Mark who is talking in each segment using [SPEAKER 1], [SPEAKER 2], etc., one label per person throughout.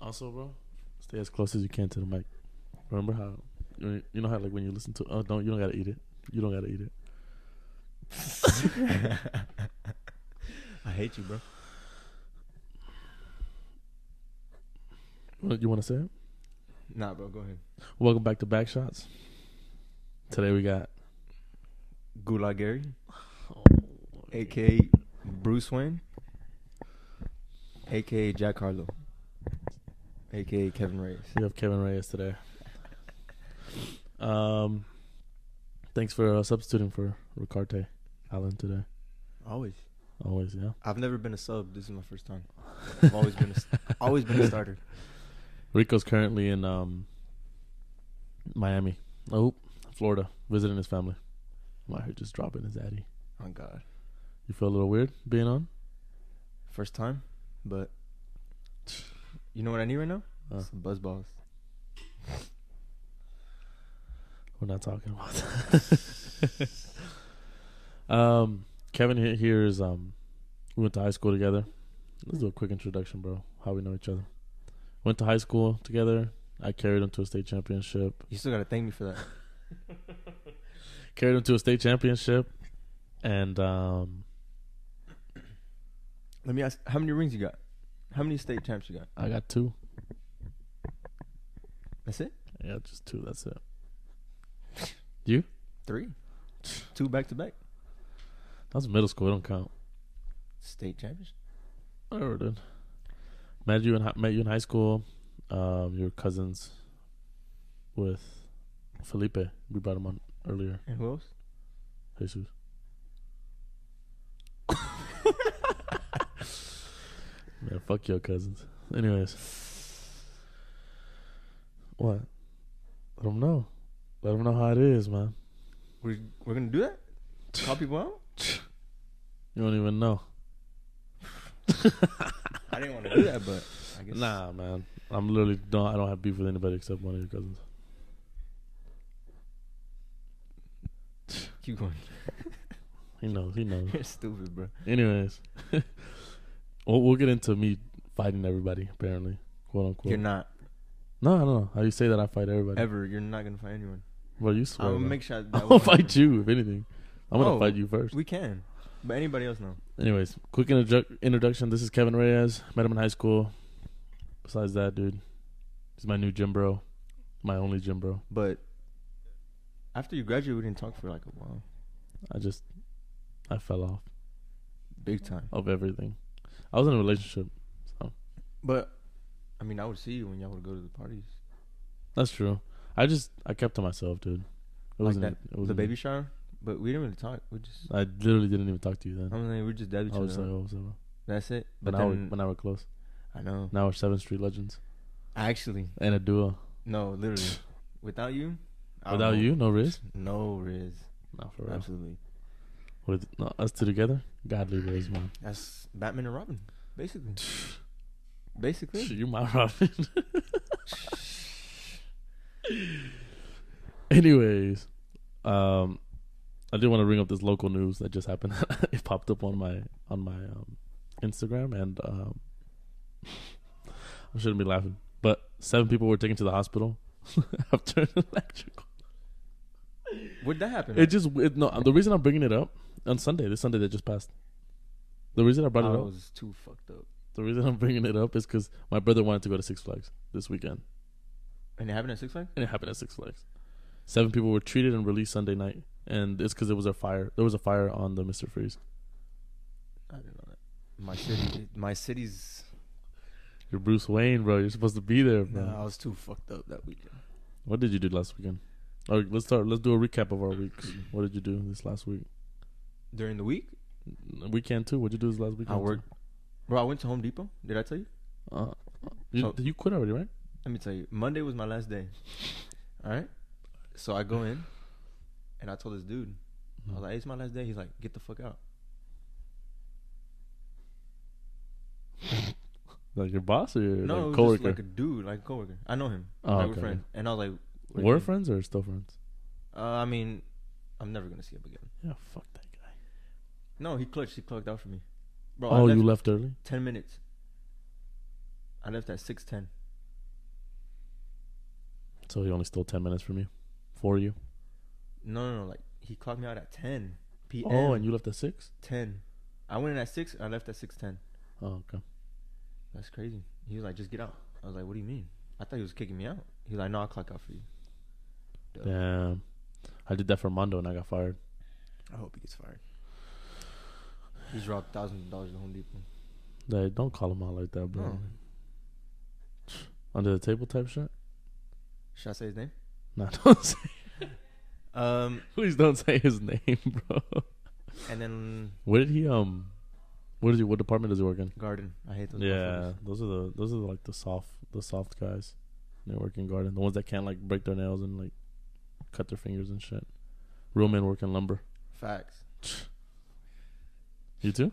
[SPEAKER 1] Also, bro, stay as close as you can to the mic. Remember how you you know how like when you listen to oh don't you don't gotta eat it. You don't gotta eat it.
[SPEAKER 2] I hate you, bro.
[SPEAKER 1] What you want to say? it?
[SPEAKER 2] Nah, bro. Go ahead.
[SPEAKER 1] Welcome back to Back Shots. Today we got
[SPEAKER 2] Gulag Gary, aka Bruce Wayne, aka Jack Harlow, aka Kevin Reyes.
[SPEAKER 1] we have Kevin Reyes today. Um, thanks for uh, substituting for Ricarte Allen today.
[SPEAKER 2] Always.
[SPEAKER 1] Always, yeah.
[SPEAKER 2] I've never been a sub. This is my first time. I've always been a st- always been a starter.
[SPEAKER 1] Rico's currently in um, Miami. Oh, Florida, visiting his family. My heart just dropping his addy.
[SPEAKER 2] Oh God.
[SPEAKER 1] You feel a little weird being on?
[SPEAKER 2] First time, but you know what I need right now?
[SPEAKER 1] Huh.
[SPEAKER 2] Some buzz balls.
[SPEAKER 1] We're not talking about that. um, Kevin he- here is um, we went to high school together. Let's do a quick introduction, bro. How we know each other. Went to high school together. I carried him to a state championship.
[SPEAKER 2] You still gotta thank me for that.
[SPEAKER 1] Carried him to a state championship, and um,
[SPEAKER 2] Let me ask, how many rings you got? How many state champs you got?
[SPEAKER 1] I got two.
[SPEAKER 2] That's it.
[SPEAKER 1] Yeah, just two. That's it.
[SPEAKER 2] Three. Two back to back.
[SPEAKER 1] That was middle school. It don't count.
[SPEAKER 2] State championship.
[SPEAKER 1] Whatever, dude. Met you in hi- met you in high school. Um, your cousins with Felipe. We brought him on earlier.
[SPEAKER 2] And who else?
[SPEAKER 1] Jesus. Man, fuck your cousins. Anyways. What? Let them know. Let them know how it is, man.
[SPEAKER 2] We're we're gonna do that. Call people out.
[SPEAKER 1] You don't even know.
[SPEAKER 2] I didn't want to do that, but I guess.
[SPEAKER 1] Nah, man. I'm literally don't. I don't have beef with anybody except one of your cousins.
[SPEAKER 2] Keep going.
[SPEAKER 1] He knows. He knows.
[SPEAKER 2] You're stupid, bro.
[SPEAKER 1] Anyways, we'll, we'll get into me fighting everybody. Apparently, quote unquote.
[SPEAKER 2] You're not
[SPEAKER 1] no, no, no. How you say that? I fight everybody.
[SPEAKER 2] ever. You're not gonna fight anyone.
[SPEAKER 1] Well, you swear.
[SPEAKER 2] I'm gonna
[SPEAKER 1] man.
[SPEAKER 2] make sure. That
[SPEAKER 1] I'll
[SPEAKER 2] one-
[SPEAKER 1] fight you if anything. I'm gonna
[SPEAKER 2] Oh.
[SPEAKER 1] fight you first.
[SPEAKER 2] We can, but anybody else no.
[SPEAKER 1] Anyways, quick introdu- introduction. This is Kevin Reyes. Met him in high school. Besides that, dude, he's my new gym bro, my only gym bro.
[SPEAKER 2] But after you graduated, we didn't talk for like a while.
[SPEAKER 1] I just, I fell off
[SPEAKER 2] Big time.
[SPEAKER 1] of everything. I was in a relationship.
[SPEAKER 2] But I mean, I would see you when y'all would go to the parties,
[SPEAKER 1] That's true. I just, I kept to myself, dude. It
[SPEAKER 2] Like
[SPEAKER 1] wasn't e,
[SPEAKER 2] that,
[SPEAKER 1] it
[SPEAKER 2] the
[SPEAKER 1] wasn't- e,
[SPEAKER 2] baby shower. But we didn't really talk. We just.
[SPEAKER 1] I literally didn't even talk to you then.
[SPEAKER 2] I mean, we just dab each
[SPEAKER 1] I
[SPEAKER 2] other.
[SPEAKER 1] was like,
[SPEAKER 2] up.
[SPEAKER 1] oh, what's up? bro?
[SPEAKER 2] That's it.
[SPEAKER 1] But,
[SPEAKER 2] But,
[SPEAKER 1] now,
[SPEAKER 2] then,
[SPEAKER 1] we're, but now we're close.
[SPEAKER 2] I know.
[SPEAKER 1] Now we're Seventh Street Legends
[SPEAKER 2] Actually,
[SPEAKER 1] and a duo.
[SPEAKER 2] no, literally. Without you. I don't
[SPEAKER 1] Without
[SPEAKER 2] know.
[SPEAKER 1] you, no risk.
[SPEAKER 2] No, Riz.
[SPEAKER 1] No, for real.
[SPEAKER 2] Absolutely.
[SPEAKER 1] With no, us two together, godly ways, man.
[SPEAKER 2] That's Batman and Robin, basically. basically.
[SPEAKER 1] You my Robin. Anyways, um, I did want to bring up this local news that just happened. it popped up on my on my um, Instagram, and um, I shouldn't be laughing, but seven people were taken to the hospital after an electrical.
[SPEAKER 2] Would that happen?
[SPEAKER 1] It just it, no. The reason I'm bringing it up on Sunday, this Sunday that just passed. The reason I
[SPEAKER 2] I
[SPEAKER 1] brought it up,
[SPEAKER 2] Oh, was too fucked up.
[SPEAKER 1] the reason I'm bringing it up is because my brother wanted to go to Six Flags this weekend.
[SPEAKER 2] And it happened at Six Flags.
[SPEAKER 1] and it happened at Six Flags. Seven people were treated and released Sunday night, and it's because it was a fire. There was a fire on the Mister Freeze.
[SPEAKER 2] I didn't know that. My city, my city's.
[SPEAKER 1] You're Bruce Wayne, bro. You're supposed to be there, bro.
[SPEAKER 2] Nah, I was too fucked up that weekend.
[SPEAKER 1] What did you do last weekend? All right, let's start. Let's do a recap of our weeks. What did you do this last week?
[SPEAKER 2] During the week,
[SPEAKER 1] Weekend too. What did you do this last
[SPEAKER 2] I
[SPEAKER 1] weekend?
[SPEAKER 2] worked. Bro, I went to Home Depot. Did I tell you?
[SPEAKER 1] Uh, you,
[SPEAKER 2] So-
[SPEAKER 1] you quit already, right?
[SPEAKER 2] Let me tell you. Monday was my last day. All right. So I go in, and I told this dude, I
[SPEAKER 1] Mm.
[SPEAKER 2] was like, "Hey, "It's my last day." He's like, "Get the fuck out."
[SPEAKER 1] Like your boss or your
[SPEAKER 2] no, it
[SPEAKER 1] like,
[SPEAKER 2] was
[SPEAKER 1] coworker?
[SPEAKER 2] just like a dude, like a coworker. I know him.
[SPEAKER 1] Oh,
[SPEAKER 2] like
[SPEAKER 1] okay.
[SPEAKER 2] we're friends. And I was like, "What are you
[SPEAKER 1] Were
[SPEAKER 2] doing?"
[SPEAKER 1] friends or still friends?
[SPEAKER 2] Uh, I mean, I'm never gonna see him again.
[SPEAKER 1] Yeah, fuck that guy.
[SPEAKER 2] No, he clutched. He clucked out for me. Bro, I
[SPEAKER 1] oh,
[SPEAKER 2] left
[SPEAKER 1] you left early.
[SPEAKER 2] ten minutes. I left at six ten.
[SPEAKER 1] So he only stole ten minutes from you, for you.
[SPEAKER 2] No, no, no. Like he clocked me out at ten p.m.
[SPEAKER 1] Oh, and you left at six.
[SPEAKER 2] ten. I went in at six. I left at six ten.
[SPEAKER 1] Oh, okay.
[SPEAKER 2] That's crazy. He was like, just get out. I was like, what do you mean? I thought he was kicking me out. He was like, no, I'll clock out for you. Dope.
[SPEAKER 1] Damn. I did that for Mondo and I got fired.
[SPEAKER 2] I hope he gets fired. He's robbed thousands of dollars in Home Depot.
[SPEAKER 1] They don't call him out like that, bro.
[SPEAKER 2] No.
[SPEAKER 1] Under the table type shit.
[SPEAKER 2] Should I say his name?
[SPEAKER 1] Nah, don't say,
[SPEAKER 2] Um,
[SPEAKER 1] please don't say his name, bro.
[SPEAKER 2] and then
[SPEAKER 1] Where did he um? Where does he? What department does he work in?
[SPEAKER 2] Garden. I hate those.
[SPEAKER 1] yeah,
[SPEAKER 2] motherfuckers.
[SPEAKER 1] those are the those are like the soft the soft guys. They work in garden. The ones that can't like break their nails and like cut their fingers and shit. Real men work in lumber.
[SPEAKER 2] Facts.
[SPEAKER 1] You too?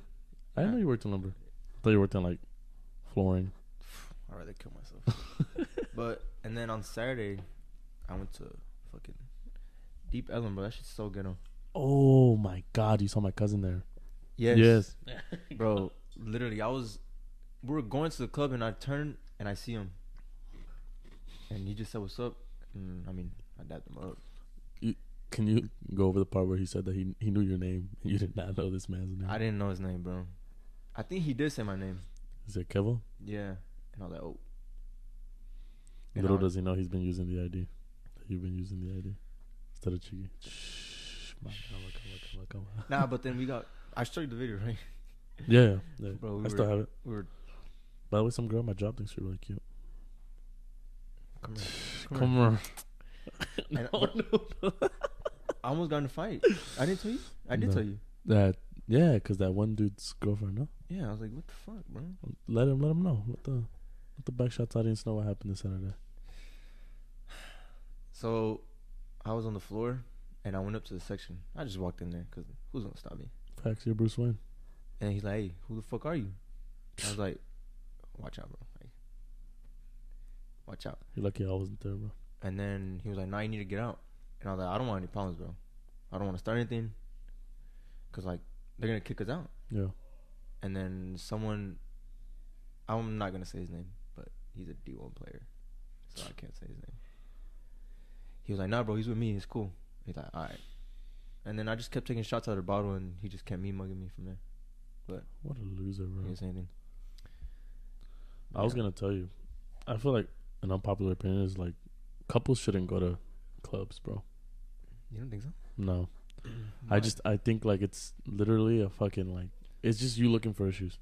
[SPEAKER 1] I didn't know
[SPEAKER 2] Yeah.
[SPEAKER 1] you worked in lumber. I thought you worked in like flooring.
[SPEAKER 2] I'd rather kill myself. but and then on Saturday, I went to fucking Deep Ellum, bro. That shit's so ghetto.
[SPEAKER 1] Oh my god, you saw my cousin there.
[SPEAKER 2] Yes.
[SPEAKER 1] Yes.
[SPEAKER 2] Bro, literally, I was. We were going to the club and I turned and I see him. And he just said, "What's up?" And, I mean, I dapped him up.
[SPEAKER 1] Can you go over the part where he said that he he knew your name and you did not know this man's name?
[SPEAKER 2] I didn't know his name, bro. I think he did say my name.
[SPEAKER 1] Is it Kevo?
[SPEAKER 2] Yeah. And I was like, "Oh." And
[SPEAKER 1] Little
[SPEAKER 2] I was-
[SPEAKER 1] does he know he's been using the ID. That you've been using the ID instead of Chiggy. Shh, my- come on, come on, come on, come on.
[SPEAKER 2] Nah, but then we got. I showed you the video, right?
[SPEAKER 1] Yeah, yeah, yeah.
[SPEAKER 2] Bro, we
[SPEAKER 1] I still
[SPEAKER 2] were-
[SPEAKER 1] have it.
[SPEAKER 2] We were.
[SPEAKER 1] By the way, some girl at my job thinks you're really cute.
[SPEAKER 2] Come here. Come,
[SPEAKER 1] Come on.
[SPEAKER 2] here. And- but I almost got in a fight. I didn't tell you. I did
[SPEAKER 1] No.
[SPEAKER 2] tell you.
[SPEAKER 1] That yeah, because that one dude's girlfriend. No,
[SPEAKER 2] Yeah, I was like, what the fuck, bro?
[SPEAKER 1] let him let him know. Let the let the backshots audience know what happened this Saturday.
[SPEAKER 2] So, I was on the floor, and I went up to the section. I just walked in there because who's gonna stop me?
[SPEAKER 1] Facts, you're Bruce Wayne.
[SPEAKER 2] And he's like, hey, who the fuck are you? I was like, watch out, bro. Like, watch out.
[SPEAKER 1] You're lucky I wasn't there, bro.
[SPEAKER 2] And then he was like, nah, you need to get out. And I was like, I don't want any problems, bro. I don't want to start anything. Cause like they're gonna kick us out.
[SPEAKER 1] Yeah,
[SPEAKER 2] And then someone, I'm not gonna say his name, but he's a D1 player, so I can't say his name. He was like, "Nah, bro, he's with me. It's cool." He's like, "All right." And then I just kept taking shots out of the bottle, and he just kept me mugging me from there.
[SPEAKER 1] what a loser,
[SPEAKER 2] He
[SPEAKER 1] bro.
[SPEAKER 2] didn't say anything.
[SPEAKER 1] I was
[SPEAKER 2] Yeah.
[SPEAKER 1] gonna tell you. I feel like an unpopular opinion is like couples shouldn't go to clubs, bro.
[SPEAKER 2] You don't think so?
[SPEAKER 1] No, I just I think like it's literally a fucking like it's just you looking for issues.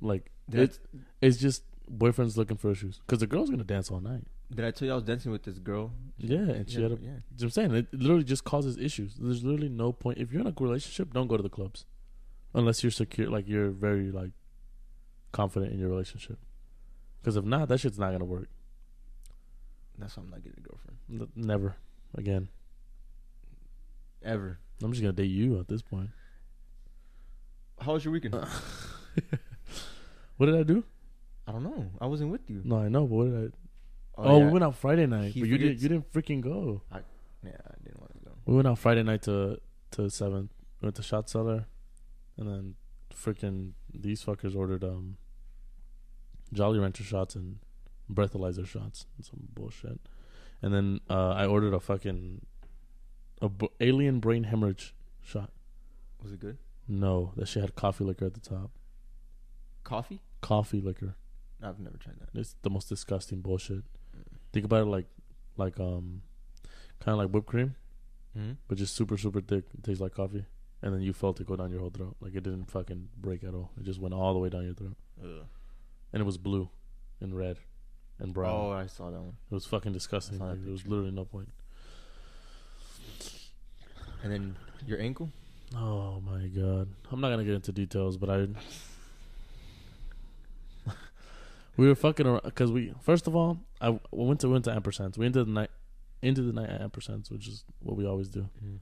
[SPEAKER 1] Like
[SPEAKER 2] did I,
[SPEAKER 1] it's it's just boyfriends looking for issues because the girl's gonna dance all night.
[SPEAKER 2] did I tell you I was dancing with this girl?
[SPEAKER 1] Yeah, and she had a.
[SPEAKER 2] yeah.
[SPEAKER 1] You know what I'm saying it literally just causes issues. There's literally no point if you're in a relationship. Don't go to the clubs, unless you're secure, like you're very like confident in your relationship. Because if not, that shit's not gonna work.
[SPEAKER 2] That's why I'm not getting a girlfriend
[SPEAKER 1] N- never again.
[SPEAKER 2] ever.
[SPEAKER 1] I'm just gonna date you at this point.
[SPEAKER 2] How was your weekend?
[SPEAKER 1] What did I do?
[SPEAKER 2] I don't know. I wasn't with you.
[SPEAKER 1] No, I know, but what did I? Oh,
[SPEAKER 2] yeah.
[SPEAKER 1] we went out Friday night,
[SPEAKER 2] He
[SPEAKER 1] but you didn't.
[SPEAKER 2] forgets-
[SPEAKER 1] You didn't freaking go.
[SPEAKER 2] Yeah, I didn't want to go.
[SPEAKER 1] We went out Friday night to to seven. We went to Shot Cellar, and then freaking these fuckers ordered um Jolly Rancher shots and breathalyzer shots and some bullshit. And then uh, I ordered a fucking a b- alien brain hemorrhage shot.
[SPEAKER 2] Was it good?
[SPEAKER 1] No, that shit had coffee liquor at the top.
[SPEAKER 2] Coffee?
[SPEAKER 1] Coffee liquor.
[SPEAKER 2] I've never tried that.
[SPEAKER 1] It's the most disgusting bullshit. Think about it like like um kind of like whipped cream.
[SPEAKER 2] Mm-hmm.
[SPEAKER 1] but just super super thick. It tastes like coffee, and then you felt it go down your whole throat. Like it didn't fucking break at all. It just went all the way down your throat, and it was blue, and red, and brown.
[SPEAKER 2] Oh, I saw that one.
[SPEAKER 1] It was fucking disgusting.
[SPEAKER 2] saw that
[SPEAKER 1] Like, there was
[SPEAKER 2] picture.
[SPEAKER 1] literally no point.
[SPEAKER 2] And then your ankle?
[SPEAKER 1] Oh my god, I'm not gonna get into details, but I. we were fucking around because we first of all I we went to we went to ampersands. We ended the night ended the night at ampersands, which is what we always do.
[SPEAKER 2] Hmm.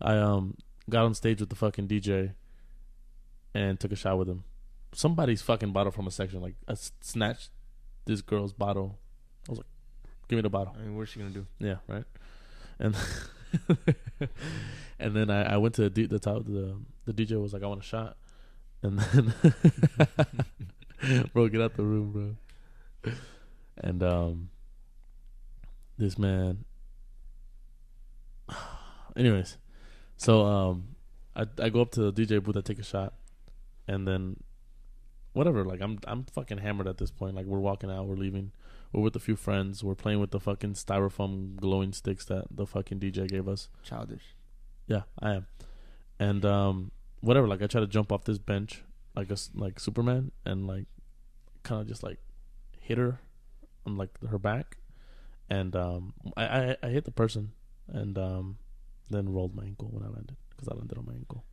[SPEAKER 1] I um got on stage with the fucking DJ and took a shot with him. Somebody's fucking bottle from a section like I s- snatched this girl's bottle. I was like, "Give me the bottle."
[SPEAKER 2] I mean, what's she gonna do?
[SPEAKER 1] Yeah, right. And and then I, I went to the, D, the top. The the DJ was like, "I want a shot," and then bro, get out the room, bro. And um, this man. Anyways, so um, I I go up to the DJ booth, I take a shot, and then, whatever. Like I'm I'm fucking hammered at this point. Like we're walking out, we're leaving. We're with a few friends. We're playing with the fucking styrofoam glowing sticks that the fucking DJ gave us.
[SPEAKER 2] Childish.
[SPEAKER 1] Yeah, I am. And um, whatever. Like I try to jump off this bench, like a s like Superman, and like kind of just like hit her on like her back, and um, I, I I hit the person, and um, then rolled my ankle when I landed because I landed on my ankle,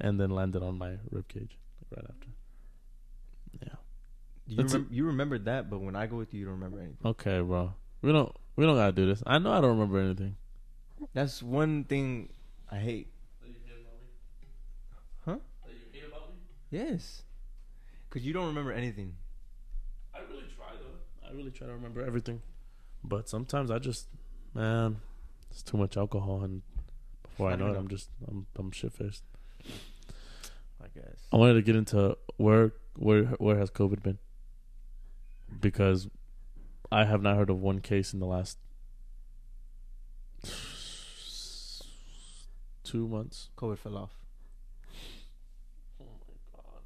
[SPEAKER 1] and then landed on my rib cage like, right after.
[SPEAKER 2] You,
[SPEAKER 1] That's a-
[SPEAKER 2] remem- you remembered that, but when I go with you, you don't remember anything.
[SPEAKER 1] Okay, bro. We don't we don't gotta do this. I know I don't remember anything.
[SPEAKER 2] That's one thing I hate.
[SPEAKER 1] Oh,
[SPEAKER 2] Huh? Yes. Because you don't remember anything.
[SPEAKER 1] I really try though. I really try to remember everything, but sometimes I just, man, it's too much alcohol, and before I
[SPEAKER 2] Not
[SPEAKER 1] know it,
[SPEAKER 2] even
[SPEAKER 1] I'm
[SPEAKER 2] up.
[SPEAKER 1] just I'm I'm shit faced.
[SPEAKER 2] I guess.
[SPEAKER 1] I wanted to get into where where where has COVID been? Because I have not heard of one case in the last two months.
[SPEAKER 2] COVID fell off.
[SPEAKER 1] Oh my god!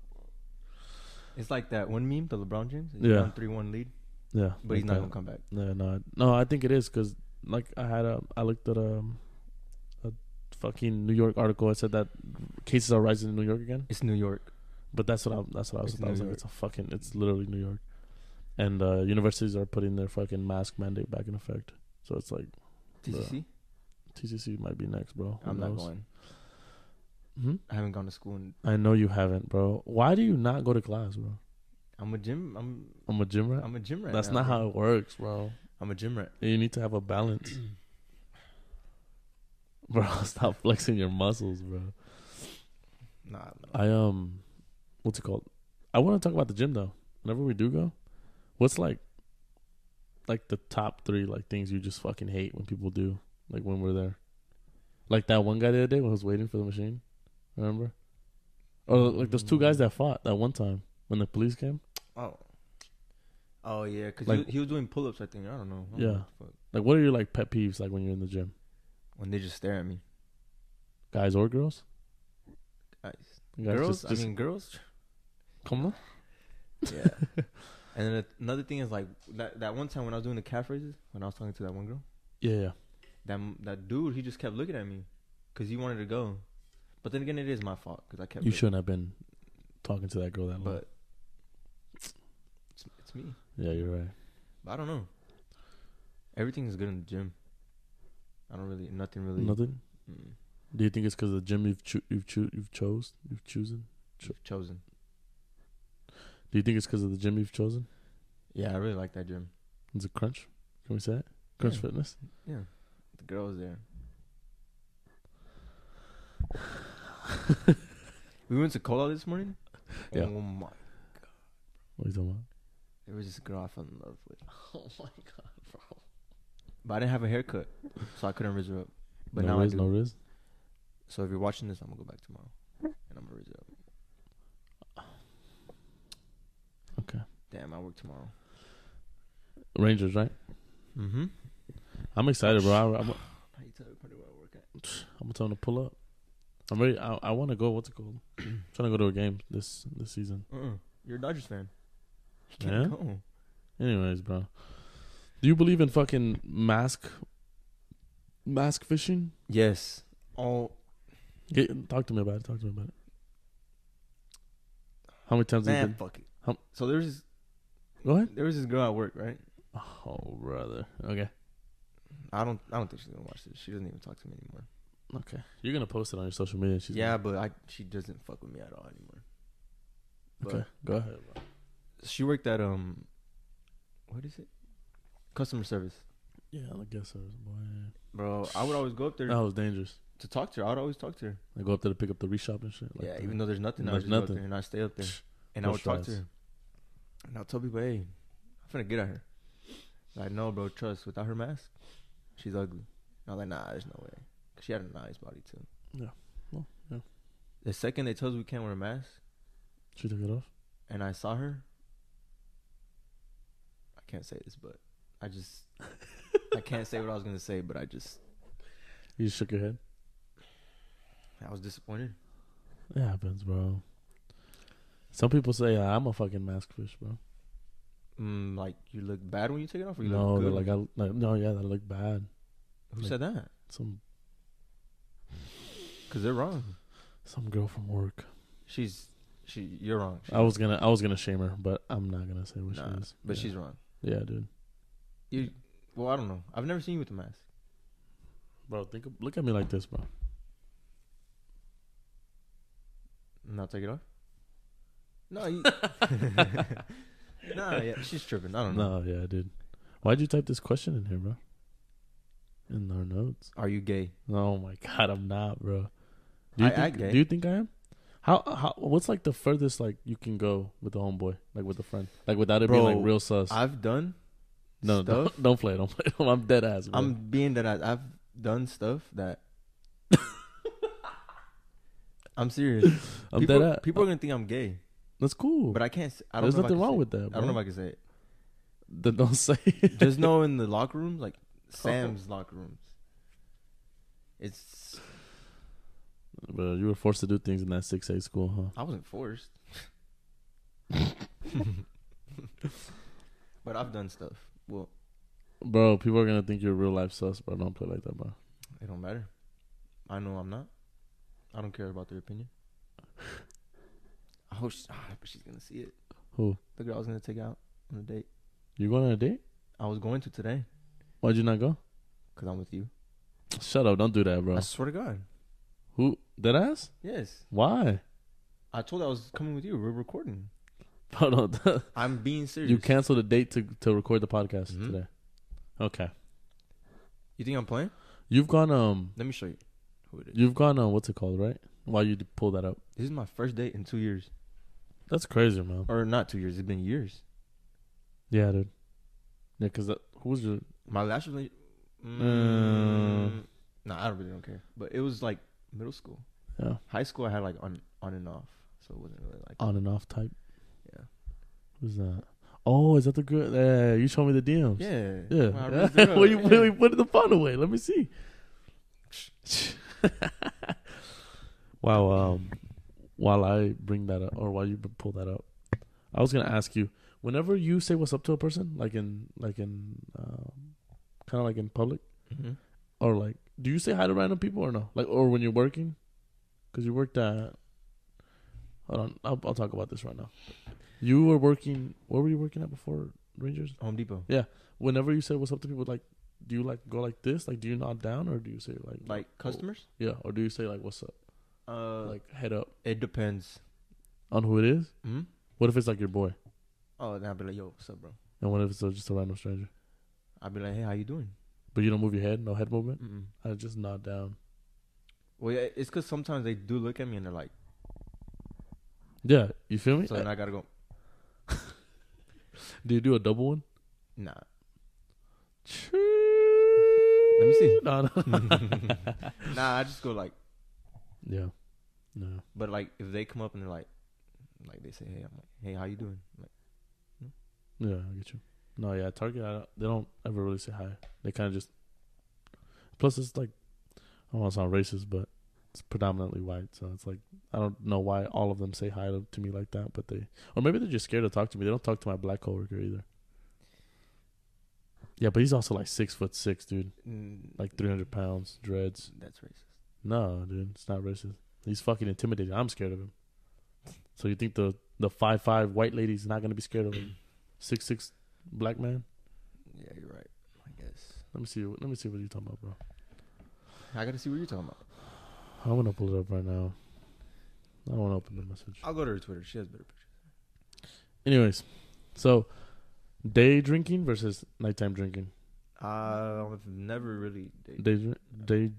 [SPEAKER 2] It's like that one meme, the LeBron James. He's
[SPEAKER 1] Yeah.
[SPEAKER 2] down 3 1 lead,
[SPEAKER 1] Yeah,
[SPEAKER 2] but he's
[SPEAKER 1] like
[SPEAKER 2] not
[SPEAKER 1] that.
[SPEAKER 2] going to come back.
[SPEAKER 1] No, no, no. I think it is because like I had a, I looked at a, a fucking New York article. It said that cases are rising in New York again.
[SPEAKER 2] It's New York.
[SPEAKER 1] But that's what I, that's what I was.
[SPEAKER 2] It's
[SPEAKER 1] about. I was
[SPEAKER 2] New
[SPEAKER 1] like,
[SPEAKER 2] York.
[SPEAKER 1] it's a fucking. It's literally New York, and uh, universities are putting their fucking mask mandate back in effect. So it's like
[SPEAKER 2] TCC?
[SPEAKER 1] TCC might be next, bro. Who
[SPEAKER 2] I'm not
[SPEAKER 1] knows?
[SPEAKER 2] going.
[SPEAKER 1] Hmm?
[SPEAKER 2] I haven't gone to school and
[SPEAKER 1] I know you haven't, bro. Why do you not go to class, bro?
[SPEAKER 2] I'm a gym. I'm
[SPEAKER 1] I'm a gym rat.
[SPEAKER 2] I'm a gym rat.
[SPEAKER 1] that's
[SPEAKER 2] now,
[SPEAKER 1] not
[SPEAKER 2] bro.
[SPEAKER 1] how it works, bro.
[SPEAKER 2] I'm a gym rat.
[SPEAKER 1] You need to have a balance. bro, stop flexing your muscles, bro.
[SPEAKER 2] Nah, I don't know.
[SPEAKER 1] I um, what's it called? I want to talk about the gym though. Whenever we do go, what's like, like the top three like things you just fucking hate when people do like when we're there, like that one guy the other day when I was waiting for the machine, remember? Or like those two guys that fought that one time when the police came.
[SPEAKER 2] Oh. Oh yeah, because
[SPEAKER 1] Like-
[SPEAKER 2] he, was doing pull-ups. I think I don't know. I don't
[SPEAKER 1] Yeah.
[SPEAKER 2] know what the fuck.
[SPEAKER 1] Like, what are your like pet peeves like when you're in the gym,
[SPEAKER 2] When they just stare at me,
[SPEAKER 1] guys or girls?
[SPEAKER 2] Guys.
[SPEAKER 1] Guys
[SPEAKER 2] girls.
[SPEAKER 1] just, just
[SPEAKER 2] I mean, girls.
[SPEAKER 1] come on.
[SPEAKER 2] Yeah. and then another thing is like that, that one time when I was doing the calf raises, when I was talking to that one girl,
[SPEAKER 1] Yeah, yeah.
[SPEAKER 2] that m- that dude he just kept looking at me, cause he wanted to go. But then again, it is my fault because I kept.
[SPEAKER 1] You
[SPEAKER 2] looking.
[SPEAKER 1] shouldn't have been talking to that girl that long.
[SPEAKER 2] But it's, it's me.
[SPEAKER 1] yeah, you're right.
[SPEAKER 2] But I don't know. Everything is good in the gym. I don't really nothing really.
[SPEAKER 1] Nothing.
[SPEAKER 2] Mm,
[SPEAKER 1] Do you think it's because the gym you've cho- you've cho- you've chose you've chosen?
[SPEAKER 2] chosen.
[SPEAKER 1] Do you think it's because of the gym you've chosen?
[SPEAKER 2] Yeah, I really like that gym.
[SPEAKER 1] It's a crunch. Can we say it? Crunch
[SPEAKER 2] Yeah.
[SPEAKER 1] Fitness.
[SPEAKER 2] Yeah, the girls there. we went to Cola this morning.
[SPEAKER 1] Yeah.
[SPEAKER 2] Oh my!
[SPEAKER 1] What are you talking about?
[SPEAKER 2] There was this girl I fell in love with,
[SPEAKER 1] Oh my god, bro!
[SPEAKER 2] but I didn't have a haircut, so I couldn't rizz her up. But
[SPEAKER 1] But no
[SPEAKER 2] now
[SPEAKER 1] riz,
[SPEAKER 2] I do.
[SPEAKER 1] no riz.
[SPEAKER 2] So if you're watching this, I'm gonna go back tomorrow, and I'm gonna rizz her up.
[SPEAKER 1] Okay.
[SPEAKER 2] Damn, I work tomorrow.
[SPEAKER 1] Rangers, right?
[SPEAKER 2] Mm-hmm.
[SPEAKER 1] I'm excited, bro. I, I'm, I'm
[SPEAKER 2] How you tell everybody where I work at?
[SPEAKER 1] gonna tell him to pull up. I'm ready. I, I want to go. What's it called? trying to go to a game this this season.
[SPEAKER 2] Uh-uh. You're a Dodgers fan. You
[SPEAKER 1] Yeah?
[SPEAKER 2] can't go.
[SPEAKER 1] Anyways, bro. Do you believe in fucking mask mask fishing?
[SPEAKER 2] Yes. Oh
[SPEAKER 1] Get, talk to me about it. Talk to me about it. How many times? Have you
[SPEAKER 2] man,
[SPEAKER 1] been?
[SPEAKER 2] fuck it.
[SPEAKER 1] Hum-
[SPEAKER 2] so there's this,
[SPEAKER 1] Go ahead.
[SPEAKER 2] there was this girl at work, right?
[SPEAKER 1] Oh, brother. Okay.
[SPEAKER 2] I don't I don't think she's gonna watch this. She doesn't even talk to me anymore.
[SPEAKER 1] Okay. You're gonna post it on your social media. She's
[SPEAKER 2] yeah, but I she doesn't fuck with me at all anymore. But
[SPEAKER 1] Gonna, okay. Go ahead. Bro.
[SPEAKER 2] she worked at um what is it? Customer service.
[SPEAKER 1] Yeah, I guess I was boy.
[SPEAKER 2] Bro, Oh, I would always go up there
[SPEAKER 1] That was dangerous.
[SPEAKER 2] to talk to her. I would always talk to her.
[SPEAKER 1] I go up there to pick up the reshop and shit. Like
[SPEAKER 2] yeah,
[SPEAKER 1] that.
[SPEAKER 2] even though there's nothing, I would
[SPEAKER 1] There's
[SPEAKER 2] just go up
[SPEAKER 1] nothing.
[SPEAKER 2] there and I stay up there. And I
[SPEAKER 1] Bush
[SPEAKER 2] would talk to
[SPEAKER 1] fries.
[SPEAKER 2] her. And I'll tell people, hey, I'm finna get at her. Like, no, bro, trust. Without her mask, she's ugly. And I was like, nah, there's no way. 'Cause she had a nice body, too.
[SPEAKER 1] Yeah. Well, yeah.
[SPEAKER 2] The second they tell us we can't wear a mask,
[SPEAKER 1] she took it off.
[SPEAKER 2] and I saw her. I can't say this, but I just I can't say what I was gonna say, but I just
[SPEAKER 1] You just shook your head.
[SPEAKER 2] I was disappointed.
[SPEAKER 1] It happens, bro. Some people say uh, I'm a fucking mask fish, bro.
[SPEAKER 2] Mm, like you look bad when you take it off, or you
[SPEAKER 1] No,
[SPEAKER 2] look
[SPEAKER 1] they're
[SPEAKER 2] good.
[SPEAKER 1] like, I, like, no, yeah, that looked bad.
[SPEAKER 2] Who
[SPEAKER 1] like-
[SPEAKER 2] said that?
[SPEAKER 1] Some
[SPEAKER 2] Because they're wrong.
[SPEAKER 1] some girl from work.
[SPEAKER 2] She's she. You're wrong. She-
[SPEAKER 1] I was gonna I was gonna shame her, but I'm not gonna say what
[SPEAKER 2] nah,
[SPEAKER 1] Oh, she is.
[SPEAKER 2] but
[SPEAKER 1] yeah.
[SPEAKER 2] she's wrong.
[SPEAKER 1] yeah, dude.
[SPEAKER 2] You well, I don't know. I've never seen you with a mask.
[SPEAKER 1] Bro, think of, look at me like this, bro.
[SPEAKER 2] Not take it off. No, you, no, yeah, she's tripping. I don't know.
[SPEAKER 1] No, yeah, dude. Why'd you type this question in here, bro? In our notes.
[SPEAKER 2] Are you gay?
[SPEAKER 1] Oh my god, I'm not, bro. Do you
[SPEAKER 2] I- I
[SPEAKER 1] think
[SPEAKER 2] get
[SPEAKER 1] do you think I am? How how what's like the furthest like you can go with a homeboy? Like with a friend? Like without it being
[SPEAKER 2] Bro,
[SPEAKER 1] like real sus.
[SPEAKER 2] I've done.
[SPEAKER 1] no,
[SPEAKER 2] stuff.
[SPEAKER 1] don't don't play, don't play. I'm dead ass, bro.
[SPEAKER 2] I'm being that I, I've done stuff that. I'm serious.
[SPEAKER 1] I'm
[SPEAKER 2] people,
[SPEAKER 1] dead ass. Uh,
[SPEAKER 2] People are gonna think I'm gay,
[SPEAKER 1] That's cool.
[SPEAKER 2] but I can't. s- I don't
[SPEAKER 1] There's
[SPEAKER 2] know if I
[SPEAKER 1] nothing
[SPEAKER 2] can
[SPEAKER 1] wrong
[SPEAKER 2] say
[SPEAKER 1] with
[SPEAKER 2] it.
[SPEAKER 1] that,
[SPEAKER 2] I don't know if
[SPEAKER 1] bro.
[SPEAKER 2] I can say it.
[SPEAKER 1] Then don't say
[SPEAKER 2] Just know in the locker room, like Sam's locker rooms, it's.
[SPEAKER 1] Bro, you were forced to do things in that six A school, huh?
[SPEAKER 2] I wasn't forced. but I've done stuff. Well,
[SPEAKER 1] Bro, people are gonna think you're a real life sus, bro. Don't play like that, bro.
[SPEAKER 2] it don't matter. I know I'm not. I don't care about their opinion. I hope she, ah, but she's gonna see it.
[SPEAKER 1] Who?
[SPEAKER 2] The girl I was gonna take out on a date.
[SPEAKER 1] You going on a date?
[SPEAKER 2] I was going to today
[SPEAKER 1] Why'd you not go?
[SPEAKER 2] because I'm with you.
[SPEAKER 1] Shut up, don't do that, bro.
[SPEAKER 2] I swear to God.
[SPEAKER 1] Who that ass?
[SPEAKER 2] Yes,
[SPEAKER 1] Why?
[SPEAKER 2] I told her I was coming with you. We're recording.
[SPEAKER 1] Bro, no,
[SPEAKER 2] I'm being serious.
[SPEAKER 1] you canceled a date to to record the podcast
[SPEAKER 2] Mhm.
[SPEAKER 1] today. Okay.
[SPEAKER 2] You think I'm playing?
[SPEAKER 1] You've gone um
[SPEAKER 2] Let me show you who it is.
[SPEAKER 1] you've gone um what's it called, right? Why you d- pull that up.
[SPEAKER 2] This is my first date in two years,
[SPEAKER 1] That's crazy, man.
[SPEAKER 2] or not two years. It's been years.
[SPEAKER 1] Yeah, dude. Yeah, cause that, who was your
[SPEAKER 2] My last relationship.
[SPEAKER 1] Mm.
[SPEAKER 2] Mm. Nah, I really don't care. But it was like middle school,
[SPEAKER 1] yeah
[SPEAKER 2] high school. I had like on on and off, so it wasn't really like
[SPEAKER 1] on and off type?
[SPEAKER 2] yeah,
[SPEAKER 1] Who's that? Oh, is that the girl? Yeah, you showed me the DMs.
[SPEAKER 2] yeah,
[SPEAKER 1] Yeah.
[SPEAKER 2] When I
[SPEAKER 1] yeah.
[SPEAKER 2] raised her up,
[SPEAKER 1] Well, you,
[SPEAKER 2] yeah.
[SPEAKER 1] well, you put the phone away. Let me see. wow. Um, while I bring that up, or while you b- pull that up, I was gonna ask you. Whenever you say what's up to a person, like in like in um, kind of like in public,
[SPEAKER 2] Mhm.
[SPEAKER 1] or like, do you say hi to random people or no? Like, or when you're working, because you worked at. Hold on, I'll, I'll talk about this right now. You were working. Where were you working at before Rangers?
[SPEAKER 2] Home Depot.
[SPEAKER 1] whenever you say what's up to people, like, do you like go like this? Like, do you nod down or do you say like
[SPEAKER 2] Like customers,
[SPEAKER 1] Yeah, or do you say like what's up?
[SPEAKER 2] uh,
[SPEAKER 1] Oh.
[SPEAKER 2] like
[SPEAKER 1] like head up
[SPEAKER 2] it depends.
[SPEAKER 1] on who it is.
[SPEAKER 2] Mm?
[SPEAKER 1] What if it's like your boy,
[SPEAKER 2] Oh, then I'd be like, "Yo, what's up, bro?"
[SPEAKER 1] and what if it's uh, just a random stranger?
[SPEAKER 2] I'd be like, "Hey, how you doing?"
[SPEAKER 1] But you don't move your head, no head movement.
[SPEAKER 2] Mm-mm.
[SPEAKER 1] I just nod down.
[SPEAKER 2] Well, yeah, it's because sometimes they do look at me and they're like,
[SPEAKER 1] Yeah, you feel me? Uh,
[SPEAKER 2] "So then I gotta go."
[SPEAKER 1] do you do a double one?
[SPEAKER 2] Nah,
[SPEAKER 1] Let
[SPEAKER 2] me see.
[SPEAKER 1] No, no.
[SPEAKER 2] nah, I just go like,
[SPEAKER 1] yeah, no.
[SPEAKER 2] but like if they come up and they're like, like they say, "Hey," I'm like, "Hey, how you doing?" I'm like,
[SPEAKER 1] Yeah, I get you. No, yeah, Target. I don't, they don't ever really say hi. They kind of just. Plus, it's like, I don't want to sound racist, but it's predominantly white, so it's like I don't know why all of them say hi to, to me like that. But they, or maybe they're just scared to talk to me. They don't talk to my black coworker either. Yeah, but he's also like six foot six, dude.
[SPEAKER 2] mm,
[SPEAKER 1] Like three hundred pounds, dreads.
[SPEAKER 2] That's racist.
[SPEAKER 1] No, dude, it's not racist. He's fucking intimidating. I'm scared of him. So you think the the five five white lady's not gonna be scared of him? Six six black man.
[SPEAKER 2] Yeah, you're right. I guess
[SPEAKER 1] Let me see. Let me see what you're talking about, bro.
[SPEAKER 2] I gotta see what you're talking about.
[SPEAKER 1] I'm gonna pull it up right now. I don't want to open the message.
[SPEAKER 2] I'll go to her Twitter. She has better pictures.
[SPEAKER 1] Anyways, so day drinking versus nighttime drinking.
[SPEAKER 2] Uh, I've never really dated.
[SPEAKER 1] Day dr- day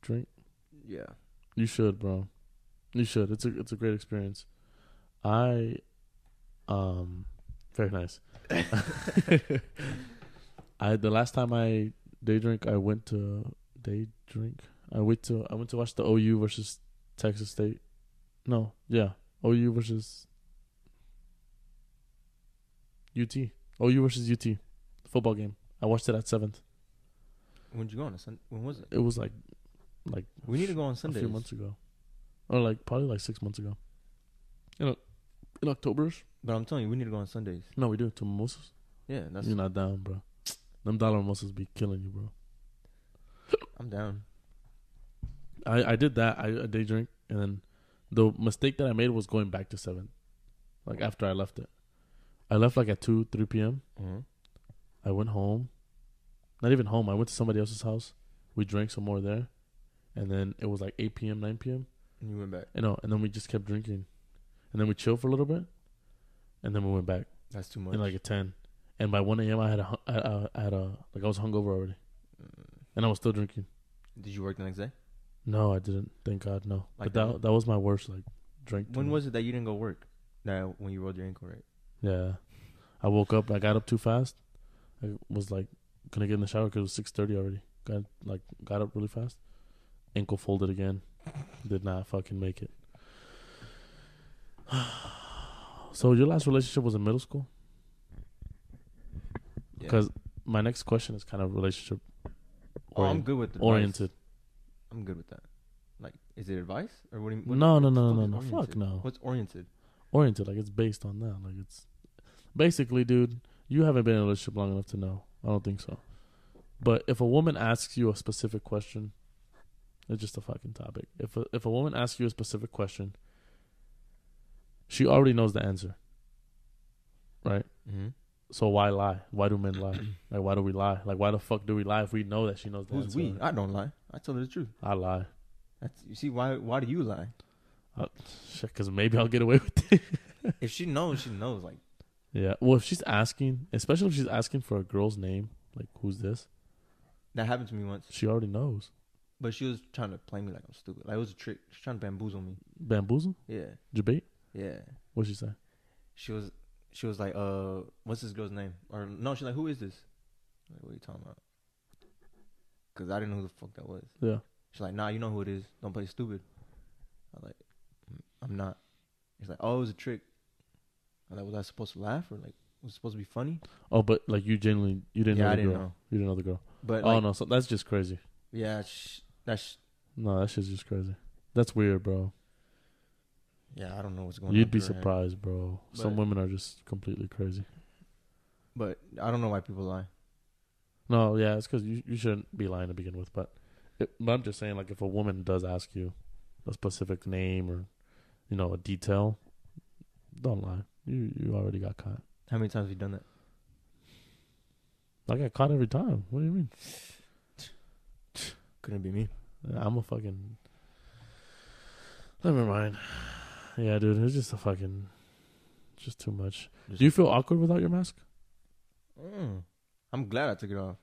[SPEAKER 1] drink.
[SPEAKER 2] yeah,
[SPEAKER 1] You should, bro. You should. It's a it's a great experience. I, um, very nice. I the last time I day drink, I went to day drink. I went to I went to watch the OU versus Texas State. No, yeah, OU versus UT. OU versus UT. Football game. I watched it at seventh.
[SPEAKER 2] When'd you go on a Sun? When was it?
[SPEAKER 1] It was like
[SPEAKER 2] We need to go on
[SPEAKER 1] a
[SPEAKER 2] Sundays.
[SPEAKER 1] few months ago, or like probably like six months ago. In o- in October.
[SPEAKER 2] But I'm telling you, we need to go on Sundays.
[SPEAKER 1] No, we do to mimosas.
[SPEAKER 2] Yeah, that's
[SPEAKER 1] You're not down, bro. Them dollar mimosas be killing you, bro.
[SPEAKER 2] I'm down.
[SPEAKER 1] I, I did that. I, I day drink, and then the mistake that I made was going back to seven, like after I left it. I left like at two, three p.m.
[SPEAKER 2] Uh-huh.
[SPEAKER 1] I went home. Not even home. I went to somebody else's house. We drank some more there, and then it was like eight p.m., nine p.m.
[SPEAKER 2] And you went back.
[SPEAKER 1] You know, and then we just kept drinking, and then we chilled for a little bit, and then we went back
[SPEAKER 2] That's too much.
[SPEAKER 1] in like at ten. And by one a.m., I had a hun- I, I, I had a like I was hungover already, and I was still drinking.
[SPEAKER 2] Did you work the next day?
[SPEAKER 1] No, I didn't. Thank God, no.
[SPEAKER 2] Like
[SPEAKER 1] but that
[SPEAKER 2] that?
[SPEAKER 1] that was my worst like drink.
[SPEAKER 2] When
[SPEAKER 1] turn.
[SPEAKER 2] was it that you didn't go work? Now when you rolled your ankle, right?
[SPEAKER 1] Yeah, I woke up. I got up too fast. I was like, gonna get in the shower because it was six thirty already. Got like got up really fast. Ankle folded again. Did not fucking make it. so your last relationship was in middle school.
[SPEAKER 2] Yeah.
[SPEAKER 1] Because my next question is kind of relationship
[SPEAKER 2] Oh, I'm
[SPEAKER 1] orient-
[SPEAKER 2] good with advice.
[SPEAKER 1] oriented.
[SPEAKER 2] I'm good with that. Like, is it advice or what? Do you, what
[SPEAKER 1] No,
[SPEAKER 2] what
[SPEAKER 1] no,
[SPEAKER 2] the
[SPEAKER 1] no, no, no, no.
[SPEAKER 2] fuck is
[SPEAKER 1] Fuck
[SPEAKER 2] oriented?
[SPEAKER 1] no.
[SPEAKER 2] What's oriented?
[SPEAKER 1] oriented. Like it's based on that. Like it's basically, dude, you haven't been in a relationship long enough to know. I don't think so. But if a woman asks you a specific question, it's just a fucking topic. If a, if a woman asks you a specific question, she already knows the answer.
[SPEAKER 2] Mm-hmm.
[SPEAKER 1] So why lie? Why do men lie? Like why do we lie? Like why the fuck do we lie if we know that she knows the
[SPEAKER 2] Who's
[SPEAKER 1] answer?
[SPEAKER 2] we? I don't lie. I tell her the truth.
[SPEAKER 1] I lie.
[SPEAKER 2] That's you see why? Why do you lie?
[SPEAKER 1] Shit, because maybe I'll get away with it.
[SPEAKER 2] if she knows, she knows. Like,
[SPEAKER 1] Yeah. Well, if she's asking, especially if she's asking for a girl's name, like who's this?
[SPEAKER 2] that happened to me once.
[SPEAKER 1] She already knows.
[SPEAKER 2] But she was trying to play me like I'm stupid. Like it was a trick. She's trying to bamboozle me.
[SPEAKER 1] Bamboozle?
[SPEAKER 2] Yeah,
[SPEAKER 1] Debate?
[SPEAKER 2] yeah.
[SPEAKER 1] What'd she say?
[SPEAKER 2] She was, she was like, uh, what's this girl's name? Or no, she's like, who is this? I'm Like, what are you talking about? Cause I didn't know who the fuck that was.
[SPEAKER 1] Yeah.
[SPEAKER 2] She's like, nah, you know who it is. Don't play stupid. I'm like, "Mm, I'm not. She's like, oh, it was a trick. I'm like, was I supposed to laugh or like, was it supposed to be funny?
[SPEAKER 1] Oh, but like you genuinely you didn't know
[SPEAKER 2] yeah,
[SPEAKER 1] the
[SPEAKER 2] I didn't
[SPEAKER 1] girl.
[SPEAKER 2] know.
[SPEAKER 1] You didn't know the girl.
[SPEAKER 2] But
[SPEAKER 1] oh
[SPEAKER 2] like,
[SPEAKER 1] no, so that's just crazy.
[SPEAKER 2] yeah, sh- that's
[SPEAKER 1] No, that shit's just crazy. That's weird, bro.
[SPEAKER 2] yeah, I don't know what's going on.
[SPEAKER 1] You'd be
[SPEAKER 2] through her head.
[SPEAKER 1] surprised, bro. Some
[SPEAKER 2] But-
[SPEAKER 1] women are just completely crazy.
[SPEAKER 2] But I don't know why people lie.
[SPEAKER 1] No, yeah, it's because you you shouldn't be lying to begin with. But, it, but I'm just saying, like, if a woman does ask you a specific name or you know a detail, don't lie. You you already got caught.
[SPEAKER 2] How many times have you done that?
[SPEAKER 1] I got caught every time. What do you mean?
[SPEAKER 2] Couldn't be me.
[SPEAKER 1] I'm a fucking. Never mind. Yeah, dude, it's just a fucking, just too much. Do you feel awkward without your mask?
[SPEAKER 2] Mm. I'm glad I took it off.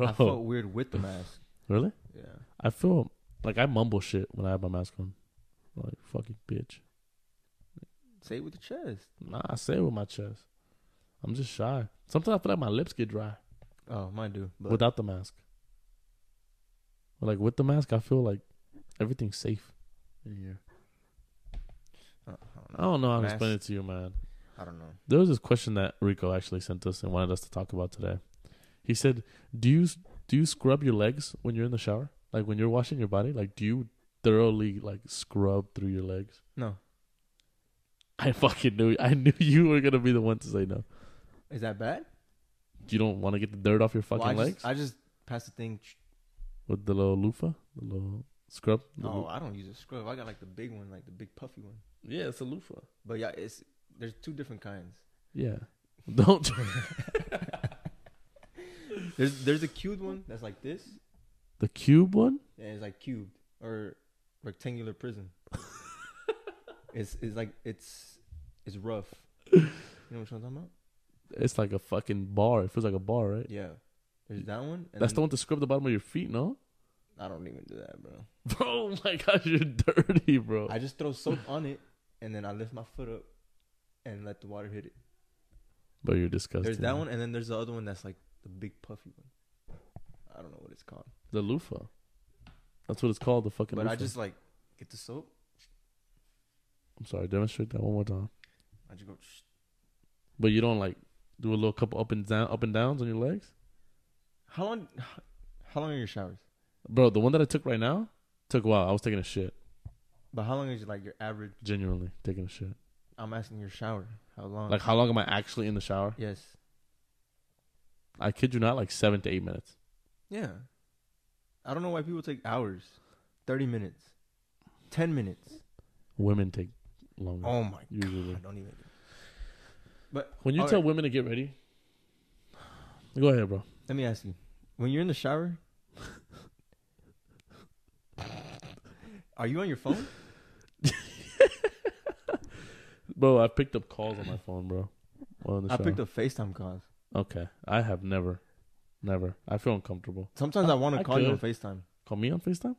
[SPEAKER 2] I felt weird with the mask.
[SPEAKER 1] really?
[SPEAKER 2] Yeah.
[SPEAKER 1] I feel like I mumble shit when I have my mask on. Like fucking bitch.
[SPEAKER 2] Say it with your chest.
[SPEAKER 1] Nah, I say it with my chest. I'm just shy. Sometimes I feel like my lips get dry
[SPEAKER 2] Oh, mine do. But
[SPEAKER 1] without the mask. But like with the mask, I feel like everything's safe in here.
[SPEAKER 2] I don't
[SPEAKER 1] I don't know how to
[SPEAKER 2] Mask.
[SPEAKER 1] explain it to you, man.
[SPEAKER 2] I don't know.
[SPEAKER 1] There was this question that Rico actually sent us and wanted us to talk about today. He said, "Do you do you scrub your legs when you're in the shower? Like when you're washing your body? Like do you thoroughly like scrub through your legs?"
[SPEAKER 2] No.
[SPEAKER 1] I fucking knew I knew you were gonna be the one to say no.
[SPEAKER 2] Is that bad?
[SPEAKER 1] You don't want to get the dirt off your fucking
[SPEAKER 2] Well, I
[SPEAKER 1] legs
[SPEAKER 2] Just, I just pass the thing. ch-
[SPEAKER 1] with the little loofah, the little scrub. the
[SPEAKER 2] No,
[SPEAKER 1] loo-
[SPEAKER 2] Oh, I don't use a scrub. I got like the big one, like the big puffy one.
[SPEAKER 1] yeah, it's a loofah.
[SPEAKER 2] But yeah, it's there's two different kinds.
[SPEAKER 1] Yeah, don't.
[SPEAKER 2] There's there's a cubed one that's like this,
[SPEAKER 1] the cube one.
[SPEAKER 2] and it's like cubed or rectangular prism. it's it's like it's it's rough. You know what I'm talking about?
[SPEAKER 1] It's like a fucking bar. It feels like a bar, right?
[SPEAKER 2] Yeah. There's that one. And
[SPEAKER 1] That's the
[SPEAKER 2] then-
[SPEAKER 1] one to scrub the bottom of your feet, no?
[SPEAKER 2] I don't even do that, bro.
[SPEAKER 1] Bro, oh my gosh, you're dirty, bro.
[SPEAKER 2] I just throw soap on it, and then I lift my foot up, and let the water hit it.
[SPEAKER 1] But you're disgusting.
[SPEAKER 2] There's that one, and then there's the other one that's like the big puffy one. I don't know what it's called,
[SPEAKER 1] The loofah. That's what it's called, the fucking
[SPEAKER 2] but I
[SPEAKER 1] loofah.
[SPEAKER 2] just like get the soap,
[SPEAKER 1] I'm sorry. Demonstrate that one more time.
[SPEAKER 2] I just go. Sh-
[SPEAKER 1] But you don't like do a little couple up and down, up and downs on your legs,
[SPEAKER 2] how long? How long are your showers?
[SPEAKER 1] bro. The one that I took right now took a while. I was taking a shit.
[SPEAKER 2] But how long is like your average?
[SPEAKER 1] Genuinely taking a shit.
[SPEAKER 2] I'm asking your shower. How long?
[SPEAKER 1] Like, how long am I actually in the shower?
[SPEAKER 2] yes.
[SPEAKER 1] I kid you not, like seven to eight minutes.
[SPEAKER 2] Yeah. I don't know why people take hours, thirty minutes, ten minutes.
[SPEAKER 1] Women take longer.
[SPEAKER 2] Oh my
[SPEAKER 1] usually.
[SPEAKER 2] god! Don't even. But
[SPEAKER 1] When you
[SPEAKER 2] all
[SPEAKER 1] tell
[SPEAKER 2] right,
[SPEAKER 1] women to get ready, go ahead, bro.
[SPEAKER 2] let me ask you, when you're in the shower, are you on your phone?
[SPEAKER 1] Bro, I picked up calls on my phone, bro. While in the
[SPEAKER 2] I picked
[SPEAKER 1] shower.
[SPEAKER 2] up FaceTime calls.
[SPEAKER 1] Okay, I have never, never. I feel uncomfortable.
[SPEAKER 2] Sometimes I, want
[SPEAKER 1] I
[SPEAKER 2] to call you on
[SPEAKER 1] could.
[SPEAKER 2] FaceTime,
[SPEAKER 1] Call me on Facetime.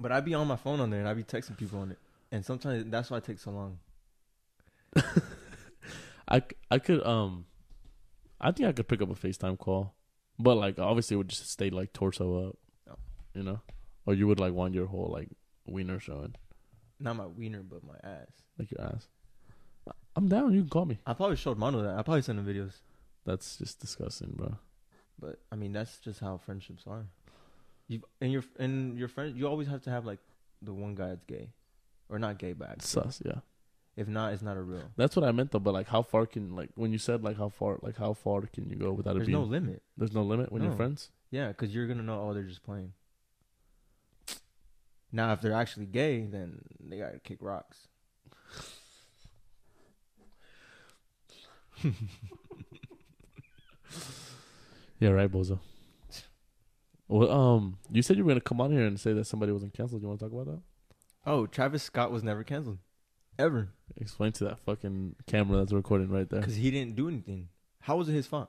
[SPEAKER 2] but I be on my phone on there and I be texting people on it, and sometimes that's why it takes so long.
[SPEAKER 1] I, c- I could um, I think I could pick up a Facetime call, but like obviously it would just stay like torso up,
[SPEAKER 2] Oh.
[SPEAKER 1] you know, or you would like want your whole like wiener showing,
[SPEAKER 2] Not my wiener, but my ass.
[SPEAKER 1] like your ass. I- I'm down. You can call me.
[SPEAKER 2] I probably showed Mono that. I probably sent him videos,
[SPEAKER 1] That's just disgusting, bro.
[SPEAKER 2] but I mean that's just how friendships are. You and your and your friend, you always have to have like the one guy that's gay, or not gay, but
[SPEAKER 1] It's sus, yeah.
[SPEAKER 2] if not, it's not a real.
[SPEAKER 1] That's what I meant though. But like, how far can like when you said like how far like how far can you go without it
[SPEAKER 2] There's
[SPEAKER 1] being?
[SPEAKER 2] no limit.
[SPEAKER 1] there's no limit when you're
[SPEAKER 2] No.
[SPEAKER 1] friends.
[SPEAKER 2] Yeah, because you're gonna know. Oh, they're just playing. Now, if they're actually gay, then they gotta kick rocks.
[SPEAKER 1] Yeah, right, Bozo. Well, um, you said you were gonna come on here and say that somebody wasn't canceled. You want to talk about that?
[SPEAKER 2] Oh, Travis Scott was never canceled, ever,
[SPEAKER 1] Explain to that fucking camera that's recording right there.
[SPEAKER 2] because he didn't do anything. How was it his fault?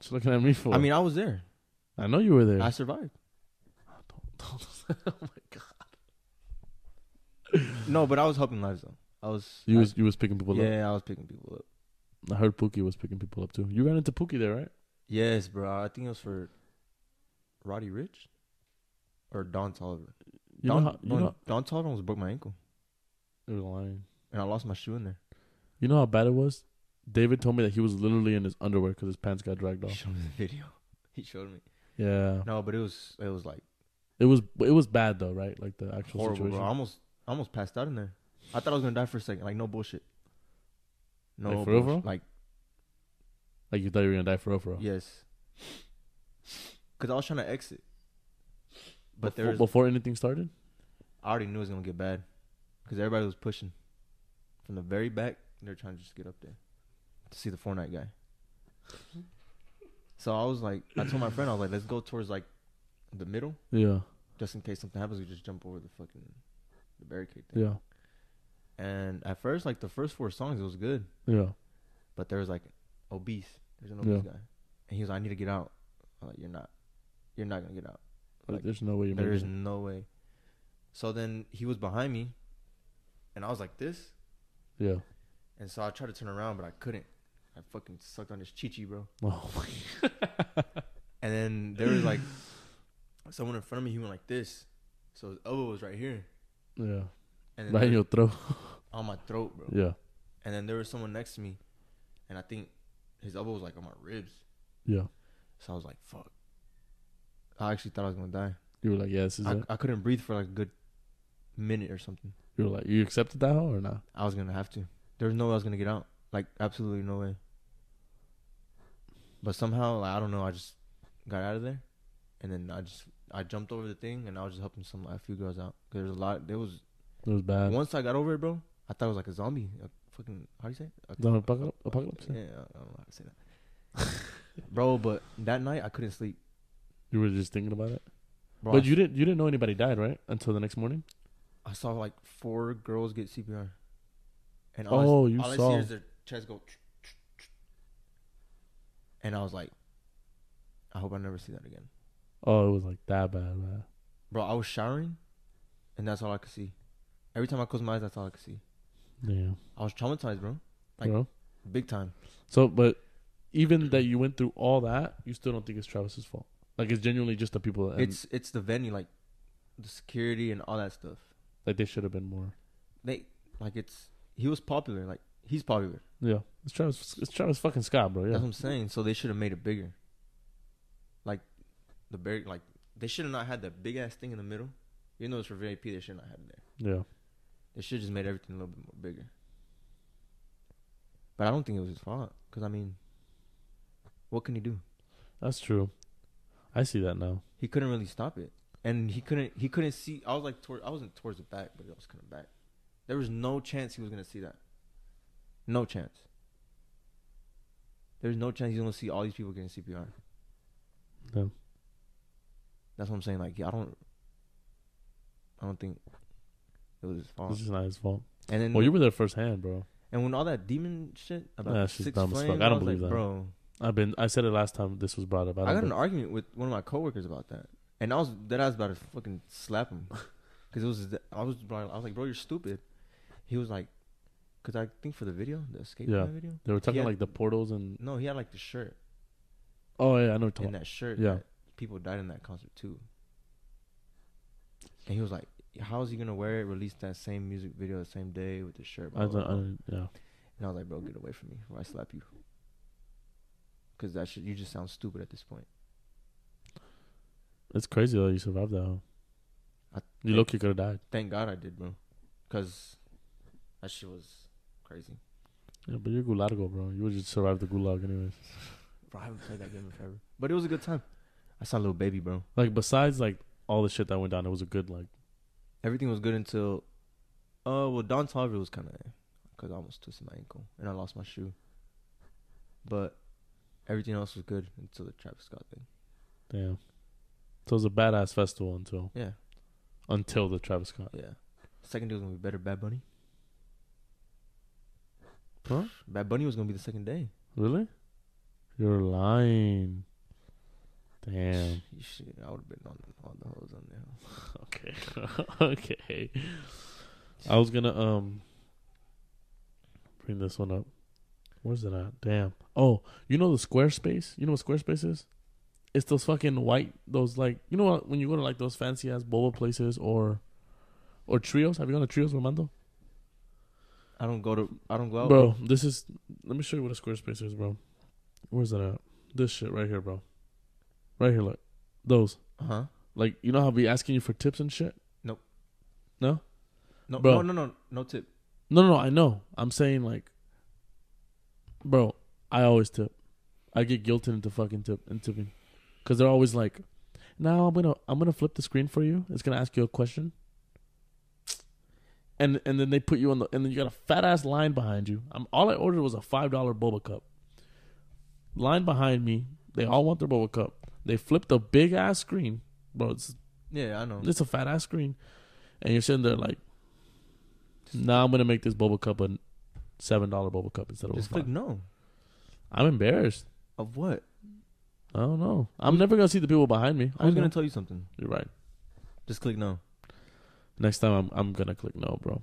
[SPEAKER 1] She's looking at me for.
[SPEAKER 2] I mean, I was there.
[SPEAKER 1] I know you were there.
[SPEAKER 2] I survived. No, but I was helping lives though. I was.
[SPEAKER 1] you
[SPEAKER 2] I-
[SPEAKER 1] was you was picking people up.
[SPEAKER 2] yeah, I was picking people up.
[SPEAKER 1] I heard Pookie was picking people up too. You ran into Pookie there, right?
[SPEAKER 2] Yes, bro. I think it was for Roddy Rich or Don Tolliver.
[SPEAKER 1] You
[SPEAKER 2] Don,
[SPEAKER 1] know, how, you
[SPEAKER 2] Don,
[SPEAKER 1] know,
[SPEAKER 2] Don Tolliver almost broke my ankle,
[SPEAKER 1] you're lying.
[SPEAKER 2] and I lost my shoe in there.
[SPEAKER 1] You know how bad it was. David told me that he was literally in his underwear because his pants got dragged
[SPEAKER 2] He
[SPEAKER 1] off.
[SPEAKER 2] showed me the video. He showed me.
[SPEAKER 1] Yeah,
[SPEAKER 2] No, but it was it was like
[SPEAKER 1] it was it was bad though, right? Like the actual
[SPEAKER 2] horrible,
[SPEAKER 1] situation.
[SPEAKER 2] bro. I almost I almost passed out in there. I thought I was gonna die for a second. Like no bullshit. No
[SPEAKER 1] Like, for real,
[SPEAKER 2] bullshit.
[SPEAKER 1] bro?
[SPEAKER 2] Like
[SPEAKER 1] Like you thought you were gonna die for real, for real.
[SPEAKER 2] yes. Cause I was trying to exit, but
[SPEAKER 1] before,
[SPEAKER 2] there was,
[SPEAKER 1] before anything started.
[SPEAKER 2] I already knew it was gonna get bad, cause everybody was pushing from the very back. They're trying to just get up there to see the Fortnite guy. So I was like, I told my friend, I was like, let's go towards like the middle,
[SPEAKER 1] Yeah,
[SPEAKER 2] just in case something happens. We just jump over the fucking the barricade thing.
[SPEAKER 1] yeah,
[SPEAKER 2] And at first, like the first four songs, it was good,
[SPEAKER 1] yeah.
[SPEAKER 2] but there was like obese. There's an obese
[SPEAKER 1] Yeah.
[SPEAKER 2] guy, and he was like, "I need to get out." I'm like, "You're not, you're not gonna get out. Like,
[SPEAKER 1] There's no way you
[SPEAKER 2] There
[SPEAKER 1] made
[SPEAKER 2] is
[SPEAKER 1] it.
[SPEAKER 2] no way." So then he was behind me, and I was like this,
[SPEAKER 1] Yeah.
[SPEAKER 2] and so I tried to turn around, but I couldn't. I fucking sucked on his chichi, bro.
[SPEAKER 1] Oh my.
[SPEAKER 2] And then there was like someone in front of me. He went like this, so his elbow was right here,
[SPEAKER 1] Yeah.
[SPEAKER 2] and then
[SPEAKER 1] Right in your
[SPEAKER 2] there-
[SPEAKER 1] throat.
[SPEAKER 2] on my throat, bro.
[SPEAKER 1] Yeah.
[SPEAKER 2] And then there was someone next to me, and I think his elbow was like on my ribs.
[SPEAKER 1] Yeah.
[SPEAKER 2] So I was like, fuck. I actually thought I was gonna die.
[SPEAKER 1] You were like, yeah, this is
[SPEAKER 2] I,
[SPEAKER 1] it.
[SPEAKER 2] I couldn't breathe for like a good minute or something.
[SPEAKER 1] You were like, you accepted that hoe or not?
[SPEAKER 2] I was gonna have to. There was no way I was gonna get out. Like absolutely no way. But somehow, like, I don't know. I just got out of there, and then I just I jumped over the thing, and I was just helping some a few girls out. 'Cause There was a lot. There was
[SPEAKER 1] It was bad.
[SPEAKER 2] once I got over it, bro. I thought it was like a zombie. A fucking how do you say? It? A-
[SPEAKER 1] Zombie apocalyp- apocalypse,
[SPEAKER 2] Yeah,
[SPEAKER 1] yeah.
[SPEAKER 2] I don't know how to say that. bro, but that night I couldn't sleep.
[SPEAKER 1] You were just thinking about it.
[SPEAKER 2] Bro, I
[SPEAKER 1] but you didn't. You didn't know anybody died, right? Until the next morning.
[SPEAKER 2] I saw like four girls get CPR. And
[SPEAKER 1] Oh,
[SPEAKER 2] I,
[SPEAKER 1] you
[SPEAKER 2] all I
[SPEAKER 1] saw.
[SPEAKER 2] see is their chest go. And I was like, I hope I never see that again,
[SPEAKER 1] Oh, it was like that bad, man.
[SPEAKER 2] bro. I was showering, and that's all I could see. Every time I close my eyes, that's all I could see.
[SPEAKER 1] Damn.
[SPEAKER 2] I was traumatized, bro, Like-
[SPEAKER 1] you know.
[SPEAKER 2] big time.
[SPEAKER 1] So, but even that you went through all that, you still don't think it's Travis's fault. Um, Like it's genuinely just the people. That, and
[SPEAKER 2] it's it's the venue, like the security and all that stuff.
[SPEAKER 1] Like they should have been more.
[SPEAKER 2] They like it's he was popular. Like he's popular.
[SPEAKER 1] Yeah, it's Travis. It's Travis fucking Scott, bro.
[SPEAKER 2] That's
[SPEAKER 1] Yeah,
[SPEAKER 2] what I'm saying. So they should have made it bigger. Like the big like they should have not had that big ass thing in the middle. Even though it's for VIP, they should not have it there.
[SPEAKER 1] yeah.
[SPEAKER 2] They should have just made everything a little bit more bigger. But I don't think it was his fault. Because, I mean, what can he do?
[SPEAKER 1] That's true. I see that now.
[SPEAKER 2] He couldn't really stop it. And he couldn't he couldn't see I was like toward, I wasn't towards the back, but I was kind of back. There was no chance he was gonna see that. No chance. There's no chance he's gonna see all these people getting CPR.
[SPEAKER 1] Yeah.
[SPEAKER 2] That's what I'm saying. Like I don't I don't think it was his fault.
[SPEAKER 1] This is not his fault.
[SPEAKER 2] And then
[SPEAKER 1] Well, you were there firsthand, bro.
[SPEAKER 2] And when all that demon shit about
[SPEAKER 1] Nah, she's
[SPEAKER 2] six
[SPEAKER 1] dumb as
[SPEAKER 2] flames,
[SPEAKER 1] fuck. I
[SPEAKER 2] I
[SPEAKER 1] don't
[SPEAKER 2] was
[SPEAKER 1] believe
[SPEAKER 2] like,
[SPEAKER 1] that.
[SPEAKER 2] bro.
[SPEAKER 1] I've been. I said it last time this was brought up. I,
[SPEAKER 2] I got
[SPEAKER 1] don't
[SPEAKER 2] in an
[SPEAKER 1] be-
[SPEAKER 2] argument with one of my coworkers about that, and I was that I was about to fucking slap him, because it was I was I was like, bro, you're stupid. He was like, because I think for the video, the escape
[SPEAKER 1] Yeah.
[SPEAKER 2] plan video.
[SPEAKER 1] they were talking
[SPEAKER 2] Yeah.
[SPEAKER 1] like the portals and.
[SPEAKER 2] No, he had like the shirt,
[SPEAKER 1] Oh yeah, I know. what you're
[SPEAKER 2] and
[SPEAKER 1] talking
[SPEAKER 2] that shirt.
[SPEAKER 1] Yeah.
[SPEAKER 2] that people died in that concert too. And he was like, how is he gonna wear it? Release that same music video the same day with the shirt. blah,
[SPEAKER 1] I
[SPEAKER 2] blah,
[SPEAKER 1] don't. I
[SPEAKER 2] blah.
[SPEAKER 1] don't yeah.
[SPEAKER 2] And I was like, bro, get away from me or I slap you. Because that shit, you just sound stupid at this point.
[SPEAKER 1] It's crazy though. You survived that. Huh?
[SPEAKER 2] I-
[SPEAKER 1] you look. You could have died.
[SPEAKER 2] Thank God I did, bro. Because that shit was crazy.
[SPEAKER 1] Yeah, but you're Gulargo, bro. You would just survive the Gulag anyways.
[SPEAKER 2] Bro, I haven't played that game in forever. But it was a good time. I saw Little Baby, bro.
[SPEAKER 1] Like besides like all the shit that went down, it was a good like.
[SPEAKER 2] Everything was good until. Uh, well, Don Tolliver was kind of. Because I almost twisted my ankle and I lost my shoe. But everything else was good until the Travis Scott thing.
[SPEAKER 1] Damn. So it was a badass festival until
[SPEAKER 2] Yeah,
[SPEAKER 1] until the Travis Scott.
[SPEAKER 2] yeah. Second day was going to be better. Bad Bunny.
[SPEAKER 1] Huh?
[SPEAKER 2] Bad Bunny was going to be the second day.
[SPEAKER 1] Really? You're lying. Damn.
[SPEAKER 2] You should, I would have been on all the hoes on there.
[SPEAKER 1] Okay. okay. I was gonna um bring this one up. Where's it at? Damn. Oh, you know the Squarespace? You know what Squarespace is? It's those fucking white those like you know what when you go to like those fancy ass boba places or or trios. Have you gone to trios, Romando?
[SPEAKER 2] I don't go to. I don't go out.
[SPEAKER 1] Bro, this is let me show you what a Squarespace is, bro. Where's that at? This shit right here, bro. Right here, look. Those.
[SPEAKER 2] Huh?
[SPEAKER 1] Like you know how I be asking you for tips and shit?
[SPEAKER 2] No,
[SPEAKER 1] Bro.
[SPEAKER 2] no, no, no, no tip.
[SPEAKER 1] No, no, no, I know. I'm saying like, bro, I always tip. I get guilted into fucking tip and tipping, because they're always like, "Now I'm gonna I'm gonna flip the screen for you. It's gonna ask you a question." And and then they put you on the and then you got a fat ass line behind you. I'm all I ordered was a five dollar boba cup. Line behind me, they all want their boba cup. They flip the big ass screen, bro. It's
[SPEAKER 2] Yeah, I know.
[SPEAKER 1] it's a fat ass screen, and you're sitting there like, now I'm gonna make this boba cup a seven dollar boba cup instead of a
[SPEAKER 2] Just click
[SPEAKER 1] five.
[SPEAKER 2] no.
[SPEAKER 1] I'm embarrassed.
[SPEAKER 2] Of what?
[SPEAKER 1] I don't know. I'm never gonna see the people behind me.
[SPEAKER 2] I was
[SPEAKER 1] know.
[SPEAKER 2] gonna tell you something.
[SPEAKER 1] You're right.
[SPEAKER 2] Just click no.
[SPEAKER 1] Next time I'm I'm gonna click no, bro.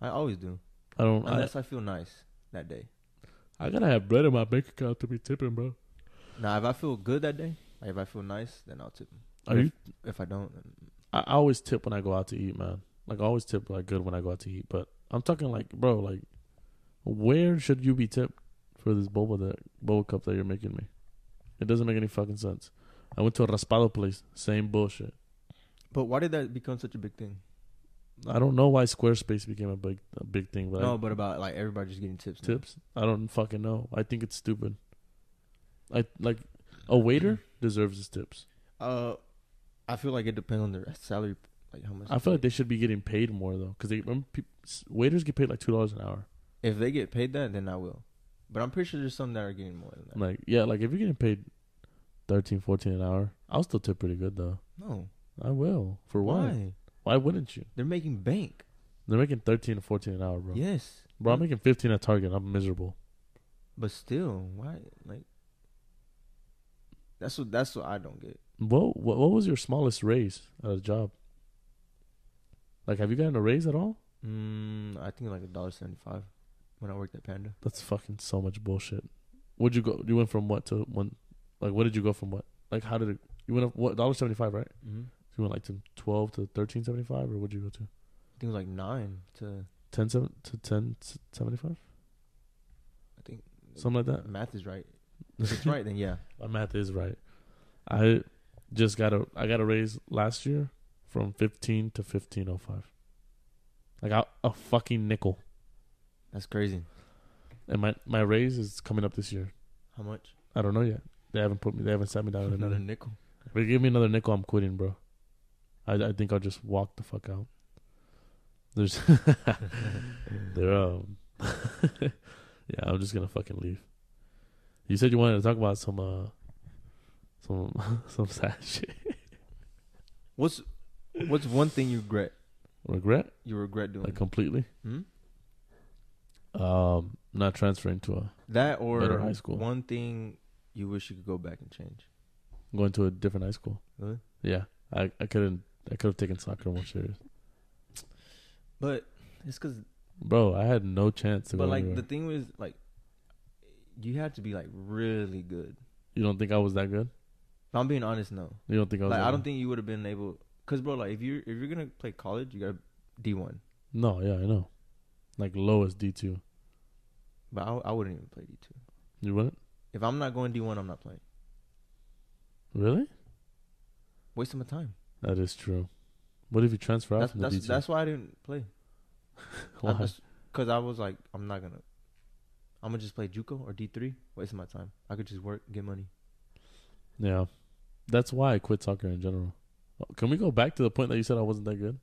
[SPEAKER 2] I always do
[SPEAKER 1] I don't. I,
[SPEAKER 2] unless I feel nice that day.
[SPEAKER 1] I gotta have bread in my bank account to be tipping, bro.
[SPEAKER 2] Now, if I feel good that day, like if I feel nice, then I'll tip.
[SPEAKER 1] Are you?
[SPEAKER 2] If I don't, then
[SPEAKER 1] I, I always tip when I go out to eat, man. Like I always tip like good when I go out to eat, but I'm talking like, bro, like, where should you be tipped for this boba that boba cup that you're making me? It doesn't make any fucking sense. I went to a raspado place, same bullshit.
[SPEAKER 2] but why did that become such a big thing?
[SPEAKER 1] I don't know why Squarespace became a big a big thing, but I-
[SPEAKER 2] No, but about like everybody just getting tips. now.
[SPEAKER 1] tips, I don't fucking know. I think it's stupid. I like a waiter deserves his tips.
[SPEAKER 2] Uh, I feel like it depends on their salary, like how much.
[SPEAKER 1] I feel like they should be getting paid more though, because they remember, peop s- waiters get paid like two dollars an hour.
[SPEAKER 2] if they get paid that, then I will. But I'm pretty sure there's some that are getting more than that.
[SPEAKER 1] Like, yeah, like if you're getting paid 13, 14 an hour, I'll still tip pretty good though.
[SPEAKER 2] No,
[SPEAKER 1] I will. For what?
[SPEAKER 2] why?
[SPEAKER 1] Why wouldn't you?
[SPEAKER 2] They're making bank.
[SPEAKER 1] They're making 13 to 14 an hour, bro.
[SPEAKER 2] Yes,
[SPEAKER 1] Bro, I'm making 15 at Target. I'm miserable.
[SPEAKER 2] But still, why? Like, that's what that's what I don't get.
[SPEAKER 1] What, what what was your smallest raise at a job? Like, have you gotten a raise at all?
[SPEAKER 2] Mm, I think like a dollar seventy five when I worked at Panda.
[SPEAKER 1] That's fucking so much bullshit. Would you go? You went from what to one? Like, what did you go from what? Like, how did it? You went up what dollar seventy five, right?
[SPEAKER 2] Mm-hmm.
[SPEAKER 1] You went like to twelve to thirteen seventy five, or what'd you go to?
[SPEAKER 2] I think it was like nine to
[SPEAKER 1] ten seven to ten seventy five,
[SPEAKER 2] I think
[SPEAKER 1] something like that.
[SPEAKER 2] math is right. If it's right, then yeah.
[SPEAKER 1] My math is right. I just got a I got a raise last year from fifteen to fifteen oh five. I got a fucking nickel,
[SPEAKER 2] That's crazy.
[SPEAKER 1] and my my raise is coming up this year.
[SPEAKER 2] How much?
[SPEAKER 1] I don't know yet. They haven't put me. They haven't sat me down. with
[SPEAKER 2] Another
[SPEAKER 1] another.
[SPEAKER 2] nickel.
[SPEAKER 1] If they give me another nickel, I'm quitting, bro. I I think I'll just walk the fuck out. There's, there um, yeah, I'm just gonna fucking leave. You said you wanted to talk about some uh, some some sad shit.
[SPEAKER 2] What's what's one thing you regret?
[SPEAKER 1] Regret
[SPEAKER 2] You regret doing
[SPEAKER 1] like completely.
[SPEAKER 2] Hmm?
[SPEAKER 1] Um, not transferring to a
[SPEAKER 2] that or
[SPEAKER 1] better high school.
[SPEAKER 2] one thing you wish you could go back and change.
[SPEAKER 1] going to a different high school.
[SPEAKER 2] Really?
[SPEAKER 1] Yeah, I I couldn't. I could have taken soccer more serious,
[SPEAKER 2] But it's because
[SPEAKER 1] bro. I had no chance to
[SPEAKER 2] but
[SPEAKER 1] go
[SPEAKER 2] like
[SPEAKER 1] anywhere.
[SPEAKER 2] the thing was like you had to be like really good.
[SPEAKER 1] you don't think I was that good?
[SPEAKER 2] If I'm being honest, no.
[SPEAKER 1] You don't think I was?
[SPEAKER 2] Like
[SPEAKER 1] that
[SPEAKER 2] I don't
[SPEAKER 1] good?
[SPEAKER 2] think you would have been able because bro, like if you're if you're gonna play college, you got D one.
[SPEAKER 1] No, yeah, I know. Like lowest D two.
[SPEAKER 2] But I, I wouldn't even play D two.
[SPEAKER 1] You wouldn't
[SPEAKER 2] If I'm not going D one, I'm not playing.
[SPEAKER 1] really?
[SPEAKER 2] Waste of my time.
[SPEAKER 1] That is true. What if you transfer out
[SPEAKER 2] That's
[SPEAKER 1] from the
[SPEAKER 2] that's,
[SPEAKER 1] D two?
[SPEAKER 2] that's why I didn't play.
[SPEAKER 1] Why?
[SPEAKER 2] Because I was like, I'm not gonna. I'm gonna just play JUCO or D three. Waste my time. I could just work, get money.
[SPEAKER 1] Yeah, that's why I quit soccer in general. Oh, Can we go back to the point that you said I wasn't that good?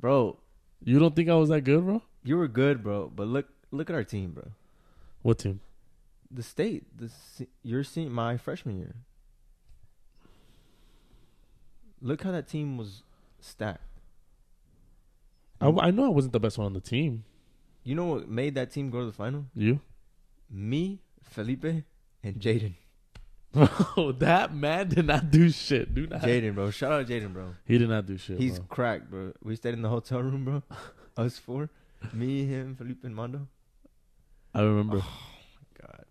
[SPEAKER 2] Bro,
[SPEAKER 1] You don't think I was that good, bro?
[SPEAKER 2] you were good, bro. But look, look at our team, bro.
[SPEAKER 1] What team?
[SPEAKER 2] The state, the se- your se- my freshman year. Look how that team was stacked.
[SPEAKER 1] I,
[SPEAKER 2] Mm.
[SPEAKER 1] I know I wasn't the best one on the team.
[SPEAKER 2] You know what made that team go to the final?
[SPEAKER 1] You?
[SPEAKER 2] Me, Felipe, and Jaden.
[SPEAKER 1] Bro, that man did not do shit. Do not.
[SPEAKER 2] Jaden, bro. Shout out Jaden, bro.
[SPEAKER 1] He did not do shit.
[SPEAKER 2] He's
[SPEAKER 1] bro.
[SPEAKER 2] cracked, bro. We stayed in the hotel room, bro. Us four, me, him, Felipe, and Mondo.
[SPEAKER 1] I remember,
[SPEAKER 2] God.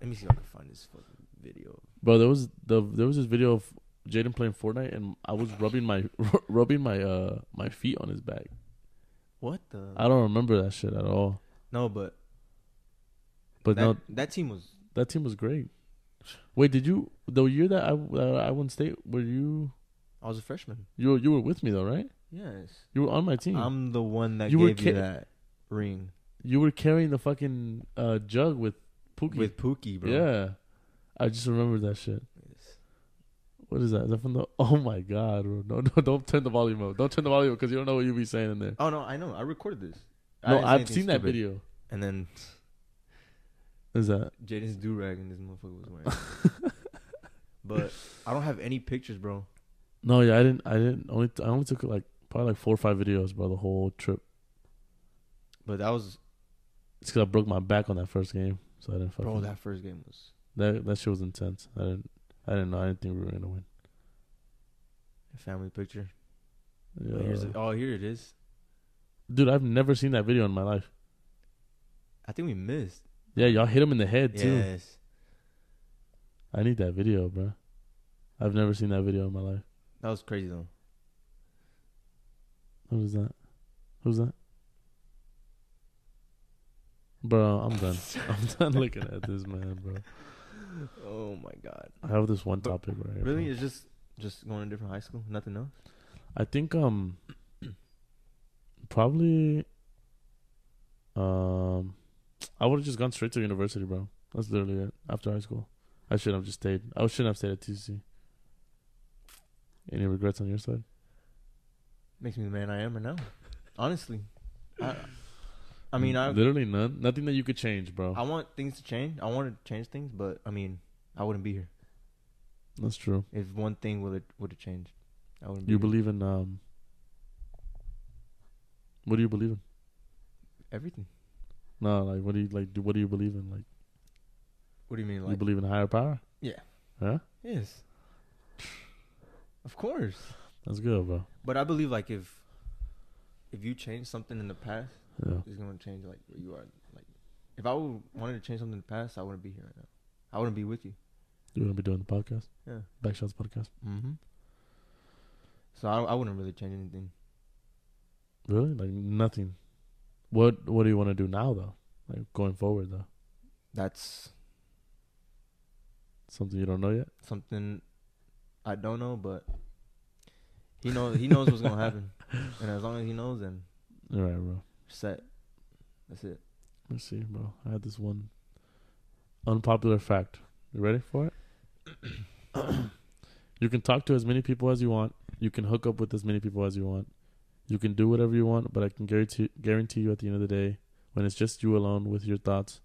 [SPEAKER 2] Let me see if I can find this fucking video.
[SPEAKER 1] bro. There was the there was this video of Jaden playing Fortnite, and I was rubbing my rubbing my uh my feet on his back.
[SPEAKER 2] What the?
[SPEAKER 1] I don't remember that shit at all.
[SPEAKER 2] no, but
[SPEAKER 1] But
[SPEAKER 2] that,
[SPEAKER 1] no,
[SPEAKER 2] that team was.
[SPEAKER 1] that team was great. Wait, did you the year that I that I won state? Were you
[SPEAKER 2] I was a freshman.
[SPEAKER 1] you were- you were with me though, right?
[SPEAKER 2] Yes.
[SPEAKER 1] You were on my team.
[SPEAKER 2] I'm the one that
[SPEAKER 1] Hmm. You were
[SPEAKER 2] gave you
[SPEAKER 1] ki-
[SPEAKER 2] that ring
[SPEAKER 1] you were carrying the fucking uh, jug with Pookie.
[SPEAKER 2] with Pookie, bro.
[SPEAKER 1] yeah, I just remembered that shit.
[SPEAKER 2] Yes.
[SPEAKER 1] What is that? Is that from the? Oh my god! bro. No, no, don't turn the volume up. Don't turn the volume up because you don't know what you be saying in there.
[SPEAKER 2] Oh no, I know. I recorded this. I
[SPEAKER 1] No,
[SPEAKER 2] didn't say
[SPEAKER 1] I've
[SPEAKER 2] anything
[SPEAKER 1] seen that
[SPEAKER 2] stupid.
[SPEAKER 1] video.
[SPEAKER 2] And then
[SPEAKER 1] Is that?
[SPEAKER 2] Jaden's do rag and this motherfucker was wearing. it. but I don't have any pictures, bro.
[SPEAKER 1] No, yeah, I didn't. I didn't. Only I only took like probably like four or five videos, bro. The whole trip.
[SPEAKER 2] But that was,
[SPEAKER 1] It's because I broke my back on that first game, so I didn't fucking.
[SPEAKER 2] bro. That first game was.
[SPEAKER 1] That that shit was intense. I didn't I didn't know. I didn't think we were gonna win.
[SPEAKER 2] a Family picture.
[SPEAKER 1] Yeah.
[SPEAKER 2] Oh, here's it. oh, here it is.
[SPEAKER 1] Dude, I've never seen that video in my life.
[SPEAKER 2] I think we missed.
[SPEAKER 1] Yeah, y'all hit him in the head too.
[SPEAKER 2] Yes.
[SPEAKER 1] I need that video, bro. I've never seen that video in my life.
[SPEAKER 2] That was crazy though.
[SPEAKER 1] What is that? Who's that? Bro, I'm done. I'm done looking at this man, bro.
[SPEAKER 2] Oh my god.
[SPEAKER 1] I have this one
[SPEAKER 2] But
[SPEAKER 1] topic right here.
[SPEAKER 2] Really?
[SPEAKER 1] bro.
[SPEAKER 2] It's just just going to different high school? Nothing else?
[SPEAKER 1] I think um probably um I would have just gone straight to university, bro. That's literally it. After high school, I should have just stayed. I shouldn't have stayed at TC. Any regrets on your side?
[SPEAKER 2] Makes me the man I am right now. Honestly. I I mean I
[SPEAKER 1] literally none. Nothing that you could change, bro.
[SPEAKER 2] I want things to change. I want to change things, but I mean I wouldn't be here.
[SPEAKER 1] That's true.
[SPEAKER 2] If one thing would it would have changed. I wouldn't be
[SPEAKER 1] You
[SPEAKER 2] here.
[SPEAKER 1] believe in um. What do you believe in?
[SPEAKER 2] everything.
[SPEAKER 1] No, like what do you like? Do what do you believe in? Like,
[SPEAKER 2] What do you mean
[SPEAKER 1] you
[SPEAKER 2] like
[SPEAKER 1] believe in higher power?
[SPEAKER 2] Yeah.
[SPEAKER 1] Yeah,
[SPEAKER 2] Yes. Of course.
[SPEAKER 1] that's good, bro.
[SPEAKER 2] But I believe like if if you change something in the past,
[SPEAKER 1] Yeah.
[SPEAKER 2] it's gonna change like where you are. Like if I would wanted to change something in the past, I wouldn't be here right now. I wouldn't be with you.
[SPEAKER 1] You're gonna be doing the podcast,
[SPEAKER 2] Yeah.
[SPEAKER 1] Backshots podcast.
[SPEAKER 2] Mm-hmm. So I, I wouldn't really change anything.
[SPEAKER 1] Really? Like nothing. What What do you want to do now though? Like going forward though,
[SPEAKER 2] That's
[SPEAKER 1] something you don't know yet.
[SPEAKER 2] something I don't know, but he knows he knows what's gonna happen, and as long as he knows, then
[SPEAKER 1] All right, bro.
[SPEAKER 2] set. That's it.
[SPEAKER 1] Let's see, bro. I had this one unpopular fact. You ready for it? you can talk to as many people as you want. You can hook up with as many people as you want. You can do whatever you want, but I can guarantee guarantee you at the end of the day, when it's just you alone with your thoughts,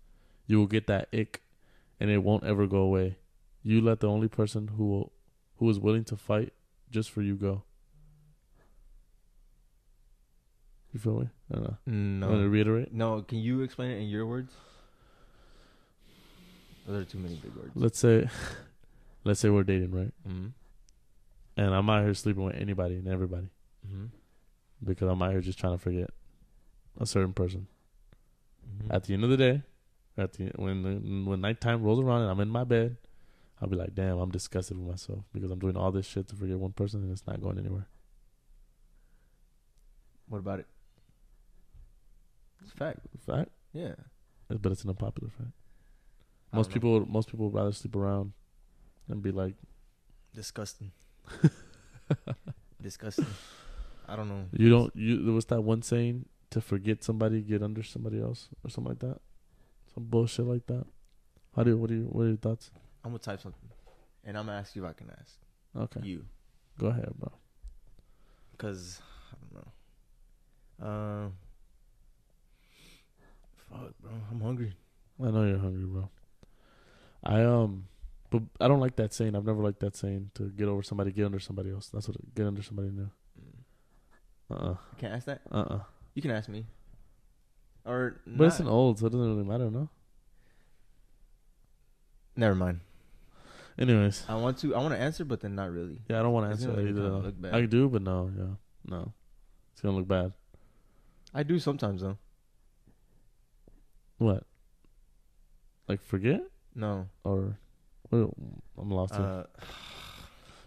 [SPEAKER 1] you will get that ick, and it won't ever go away. You let the only person who will, who is willing to fight just for you go. You feel me? I don't know. I'm gonna
[SPEAKER 2] No,
[SPEAKER 1] reiterate.
[SPEAKER 2] no. Can you explain it in your words? Those are too many big words.
[SPEAKER 1] let's say let's say we're dating right
[SPEAKER 2] Mm-hmm.
[SPEAKER 1] and i'm out here sleeping with anybody and everybody
[SPEAKER 2] Mm-hmm.
[SPEAKER 1] because i'm out here just trying to forget a certain person
[SPEAKER 2] Mm-hmm.
[SPEAKER 1] at the end of the day at the when when nighttime rolls around and i'm in my bed i'll be like damn i'm disgusted with myself because i'm doing all this shit to forget one person and it's not going anywhere
[SPEAKER 2] What about it? It's a fact.
[SPEAKER 1] fact
[SPEAKER 2] Yeah.
[SPEAKER 1] but it's an unpopular fact
[SPEAKER 2] I
[SPEAKER 1] most
[SPEAKER 2] don't know.
[SPEAKER 1] people would- most people would rather sleep around and be like
[SPEAKER 2] Disgusting. Disgusting. I don't know.
[SPEAKER 1] you don't you there was that one saying to forget somebody get under somebody else or something like that some bullshit like that how do you what do you what are your thoughts
[SPEAKER 2] I'm gonna type something, and I'm gonna ask you if I can ask
[SPEAKER 1] okay
[SPEAKER 2] you,
[SPEAKER 1] go ahead bro
[SPEAKER 2] cause I don't know. Um. fuck, bro. I'm hungry.
[SPEAKER 1] i know you're hungry bro i um but i don't like that saying i've never liked that saying to get over somebody get under somebody else that's what it, get under somebody new uh-uh
[SPEAKER 2] I can't ask that.
[SPEAKER 1] uh-uh
[SPEAKER 2] You can ask me. Or
[SPEAKER 1] but oh. it's an old so it doesn't really matter no
[SPEAKER 2] Never mind.
[SPEAKER 1] anyways
[SPEAKER 2] I want to. I want to answer, but then not really.
[SPEAKER 1] yeah i don't want to
[SPEAKER 2] It's
[SPEAKER 1] answer that
[SPEAKER 2] gonna make it
[SPEAKER 1] either
[SPEAKER 2] kinda
[SPEAKER 1] though.
[SPEAKER 2] look bad.
[SPEAKER 1] i do but no yeah no it's gonna look bad
[SPEAKER 2] I do sometimes though.
[SPEAKER 1] what like forget
[SPEAKER 2] No.
[SPEAKER 1] or well, I'm lost. here.
[SPEAKER 2] Uh,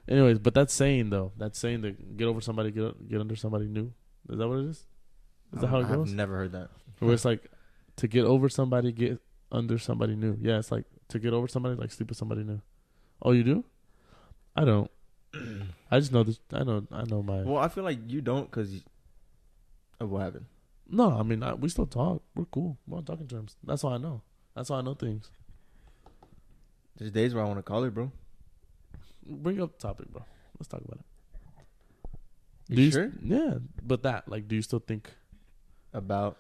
[SPEAKER 1] Anyways, but that's saying though, that's saying to get over somebody, get get under somebody new. Is that what it is? Is that how it
[SPEAKER 2] I've
[SPEAKER 1] goes?
[SPEAKER 2] never heard that.
[SPEAKER 1] Where it's like to get over somebody, get under somebody new. Yeah, it's like to get over somebody, like sleep with somebody new. Oh, you do? I don't. I just know this. I know. I know my.
[SPEAKER 2] Well, I feel like you don't because of what happened.
[SPEAKER 1] no, I mean I, we still talk. We're cool. We're on talking terms. That's all I know. That's all I know things.
[SPEAKER 2] There's days where I want to call her, bro.
[SPEAKER 1] Bring up the topic, bro. Let's talk about it.
[SPEAKER 2] You
[SPEAKER 1] do you
[SPEAKER 2] sure?
[SPEAKER 1] yeah, but that like, do you still think
[SPEAKER 2] About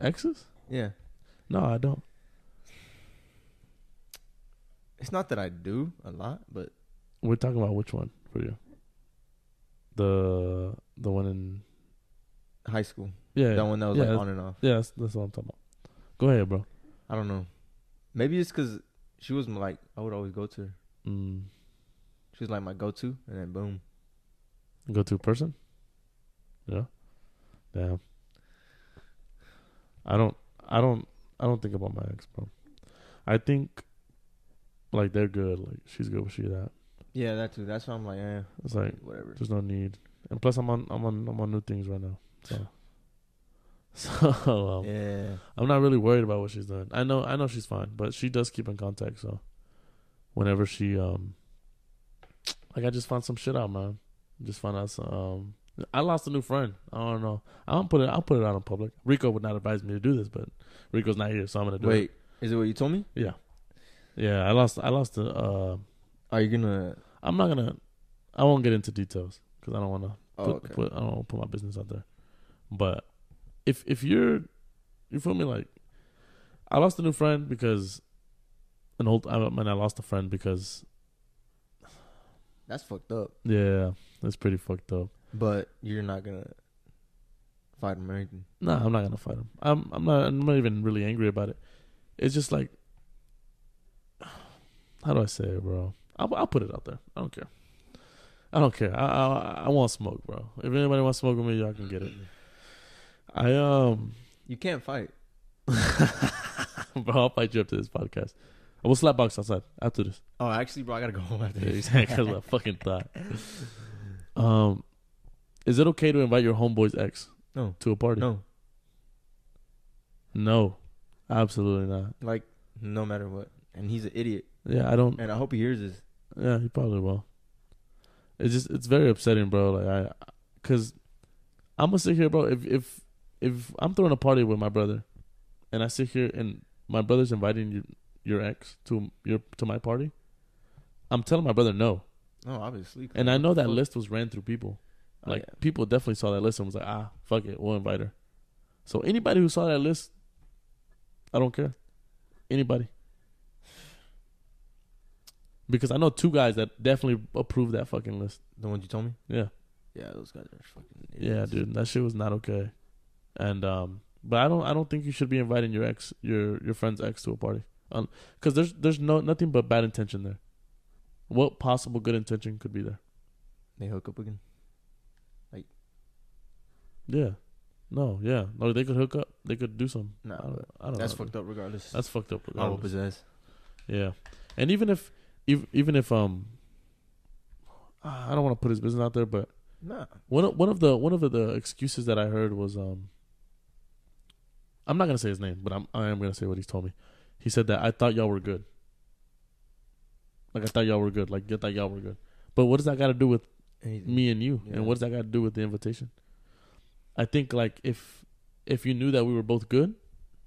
[SPEAKER 1] exes?
[SPEAKER 2] yeah.
[SPEAKER 1] No, I don't.
[SPEAKER 2] It's not that I do a lot, but
[SPEAKER 1] We're talking about which one for you? The the one in
[SPEAKER 2] high school.
[SPEAKER 1] yeah
[SPEAKER 2] That one that was
[SPEAKER 1] yeah,
[SPEAKER 2] like on and off.
[SPEAKER 1] yeah that's, that's what I'm talking about. Go ahead, bro.
[SPEAKER 2] I don't know. Maybe it's because she was like I would always go to her.
[SPEAKER 1] Mm,
[SPEAKER 2] She was like my go-to, and then boom.
[SPEAKER 1] go to person. Yeah, damn. I don't. I don't. I don't think about my ex, bro. I think like they're good. Like she's good. where She's at.
[SPEAKER 2] Yeah, that too. That's why I'm like, eh,
[SPEAKER 1] It's like
[SPEAKER 2] whatever.
[SPEAKER 1] There's no need. And plus, I'm on I'm on I'm on new things right now. So, so um,
[SPEAKER 2] Yeah,
[SPEAKER 1] I'm not really worried about what she's doing. I know I know she's fine, but she does keep in contact. So, whenever she um, like I just found some shit out, man. Just found out some. Um, I lost a new friend. I don't know. I don't put it. I'll put it out in public. Rico would not advise me to do this, but Rico's not here, so I'm gonna do
[SPEAKER 2] Wait, is it what you told me?
[SPEAKER 1] it. Yeah, yeah. I lost. I lost a. Uh,
[SPEAKER 2] Are you gonna?
[SPEAKER 1] I'm not gonna. I won't get into details because I don't want to
[SPEAKER 2] Oh,
[SPEAKER 1] put,
[SPEAKER 2] okay.
[SPEAKER 1] put I don't wanna put my business out there. But if if you're you feel me like I lost a new friend because an old I mean I lost a friend because
[SPEAKER 2] That's fucked up.
[SPEAKER 1] yeah, that's pretty fucked up.
[SPEAKER 2] But you're not gonna fight him or anything.
[SPEAKER 1] Nah, I'm not gonna fight him. I'm I'm not I'm not even really angry about it. It's just like how do I say it, bro? I'll, I'll put it out there. I don't care. I don't care. I, I I want smoke, bro. If anybody wants smoke with me, y'all can get it. I um,
[SPEAKER 2] You can't fight.
[SPEAKER 1] bro, I'll fight you after this podcast. I will slap box outside after this.
[SPEAKER 2] Oh, actually, bro, I gotta go home after
[SPEAKER 1] Yeah,
[SPEAKER 2] this.
[SPEAKER 1] exactly. That's what I fucking thought. Um, Is it okay to invite your homeboy's ex?
[SPEAKER 2] No.
[SPEAKER 1] To a party?
[SPEAKER 2] No,
[SPEAKER 1] No. Absolutely not.
[SPEAKER 2] like no matter what, and he's an idiot,
[SPEAKER 1] Yeah, I don't.
[SPEAKER 2] and I hope he hears this.
[SPEAKER 1] Yeah, he probably will. It's just it's very upsetting, bro. Like I, cause I'm gonna sit here, bro. If if if I'm throwing a party with my brother, and I sit here and my brother's inviting you, your ex to your to my party, I'm telling my brother no.
[SPEAKER 2] No, obviously. 'cause
[SPEAKER 1] And I
[SPEAKER 2] what
[SPEAKER 1] know
[SPEAKER 2] the
[SPEAKER 1] that
[SPEAKER 2] fuck?
[SPEAKER 1] list was ran through people.
[SPEAKER 2] Oh,
[SPEAKER 1] Like
[SPEAKER 2] yeah.
[SPEAKER 1] people definitely saw that list and was like, ah, fuck it, we'll invite her. So anybody who saw that list, I don't care. Anybody. Because I know two guys that definitely approved that fucking list.
[SPEAKER 2] the ones you told me.
[SPEAKER 1] Yeah.
[SPEAKER 2] Yeah, those guys are fucking. Idiots.
[SPEAKER 1] Yeah, dude. That shit was not okay. And um but I don't I don't think you should be inviting your ex your your friend's ex to a party. Um, cuz there's there's no nothing but bad intention there. What possible good intention could be there?
[SPEAKER 2] They hook up again.
[SPEAKER 1] Yeah. No, yeah. No, they could hook up. They could do some.
[SPEAKER 2] Nah,
[SPEAKER 1] I don't,
[SPEAKER 2] but
[SPEAKER 1] I don't
[SPEAKER 2] that's
[SPEAKER 1] know.
[SPEAKER 2] fucked up. Regardless,
[SPEAKER 1] That's fucked up.
[SPEAKER 2] I will
[SPEAKER 1] regardless.
[SPEAKER 2] possess.
[SPEAKER 1] Yeah. And even if, ev- even if um, I don't want to put his business out there, but
[SPEAKER 2] Nah,
[SPEAKER 1] one of, one of the one of the excuses that I heard was um. I'm not gonna say his name, but I'm I am gonna say what he's told me. He said that I thought y'all were good. Like I thought y'all were good. Like I thought y'all were good. But what does that got to do with
[SPEAKER 2] anything.
[SPEAKER 1] me and you
[SPEAKER 2] Yeah.
[SPEAKER 1] and what does that got to do with the invitation i think like if if you knew that we were both good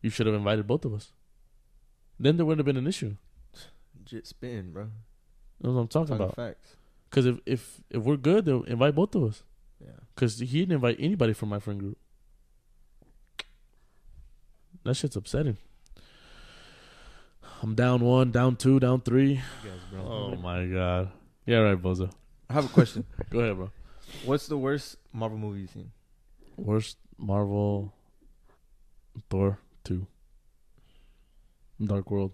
[SPEAKER 1] you should have invited both of us then there wouldn't have been an issue
[SPEAKER 2] Legit spin, bro.
[SPEAKER 1] that's what i'm talking,
[SPEAKER 2] Talking
[SPEAKER 1] about
[SPEAKER 2] facts.
[SPEAKER 1] because if if if we're good then invite both of us
[SPEAKER 2] Yeah,
[SPEAKER 1] because he didn't invite anybody from my friend group that shit's upsetting i'm down one down two down three.
[SPEAKER 2] you guys, bro.
[SPEAKER 1] Oh my god yeah right bozo
[SPEAKER 2] I have a question.
[SPEAKER 1] go ahead bro
[SPEAKER 2] What's the worst Marvel movie you've seen?
[SPEAKER 1] Worst Marvel Thor 2. Dark World.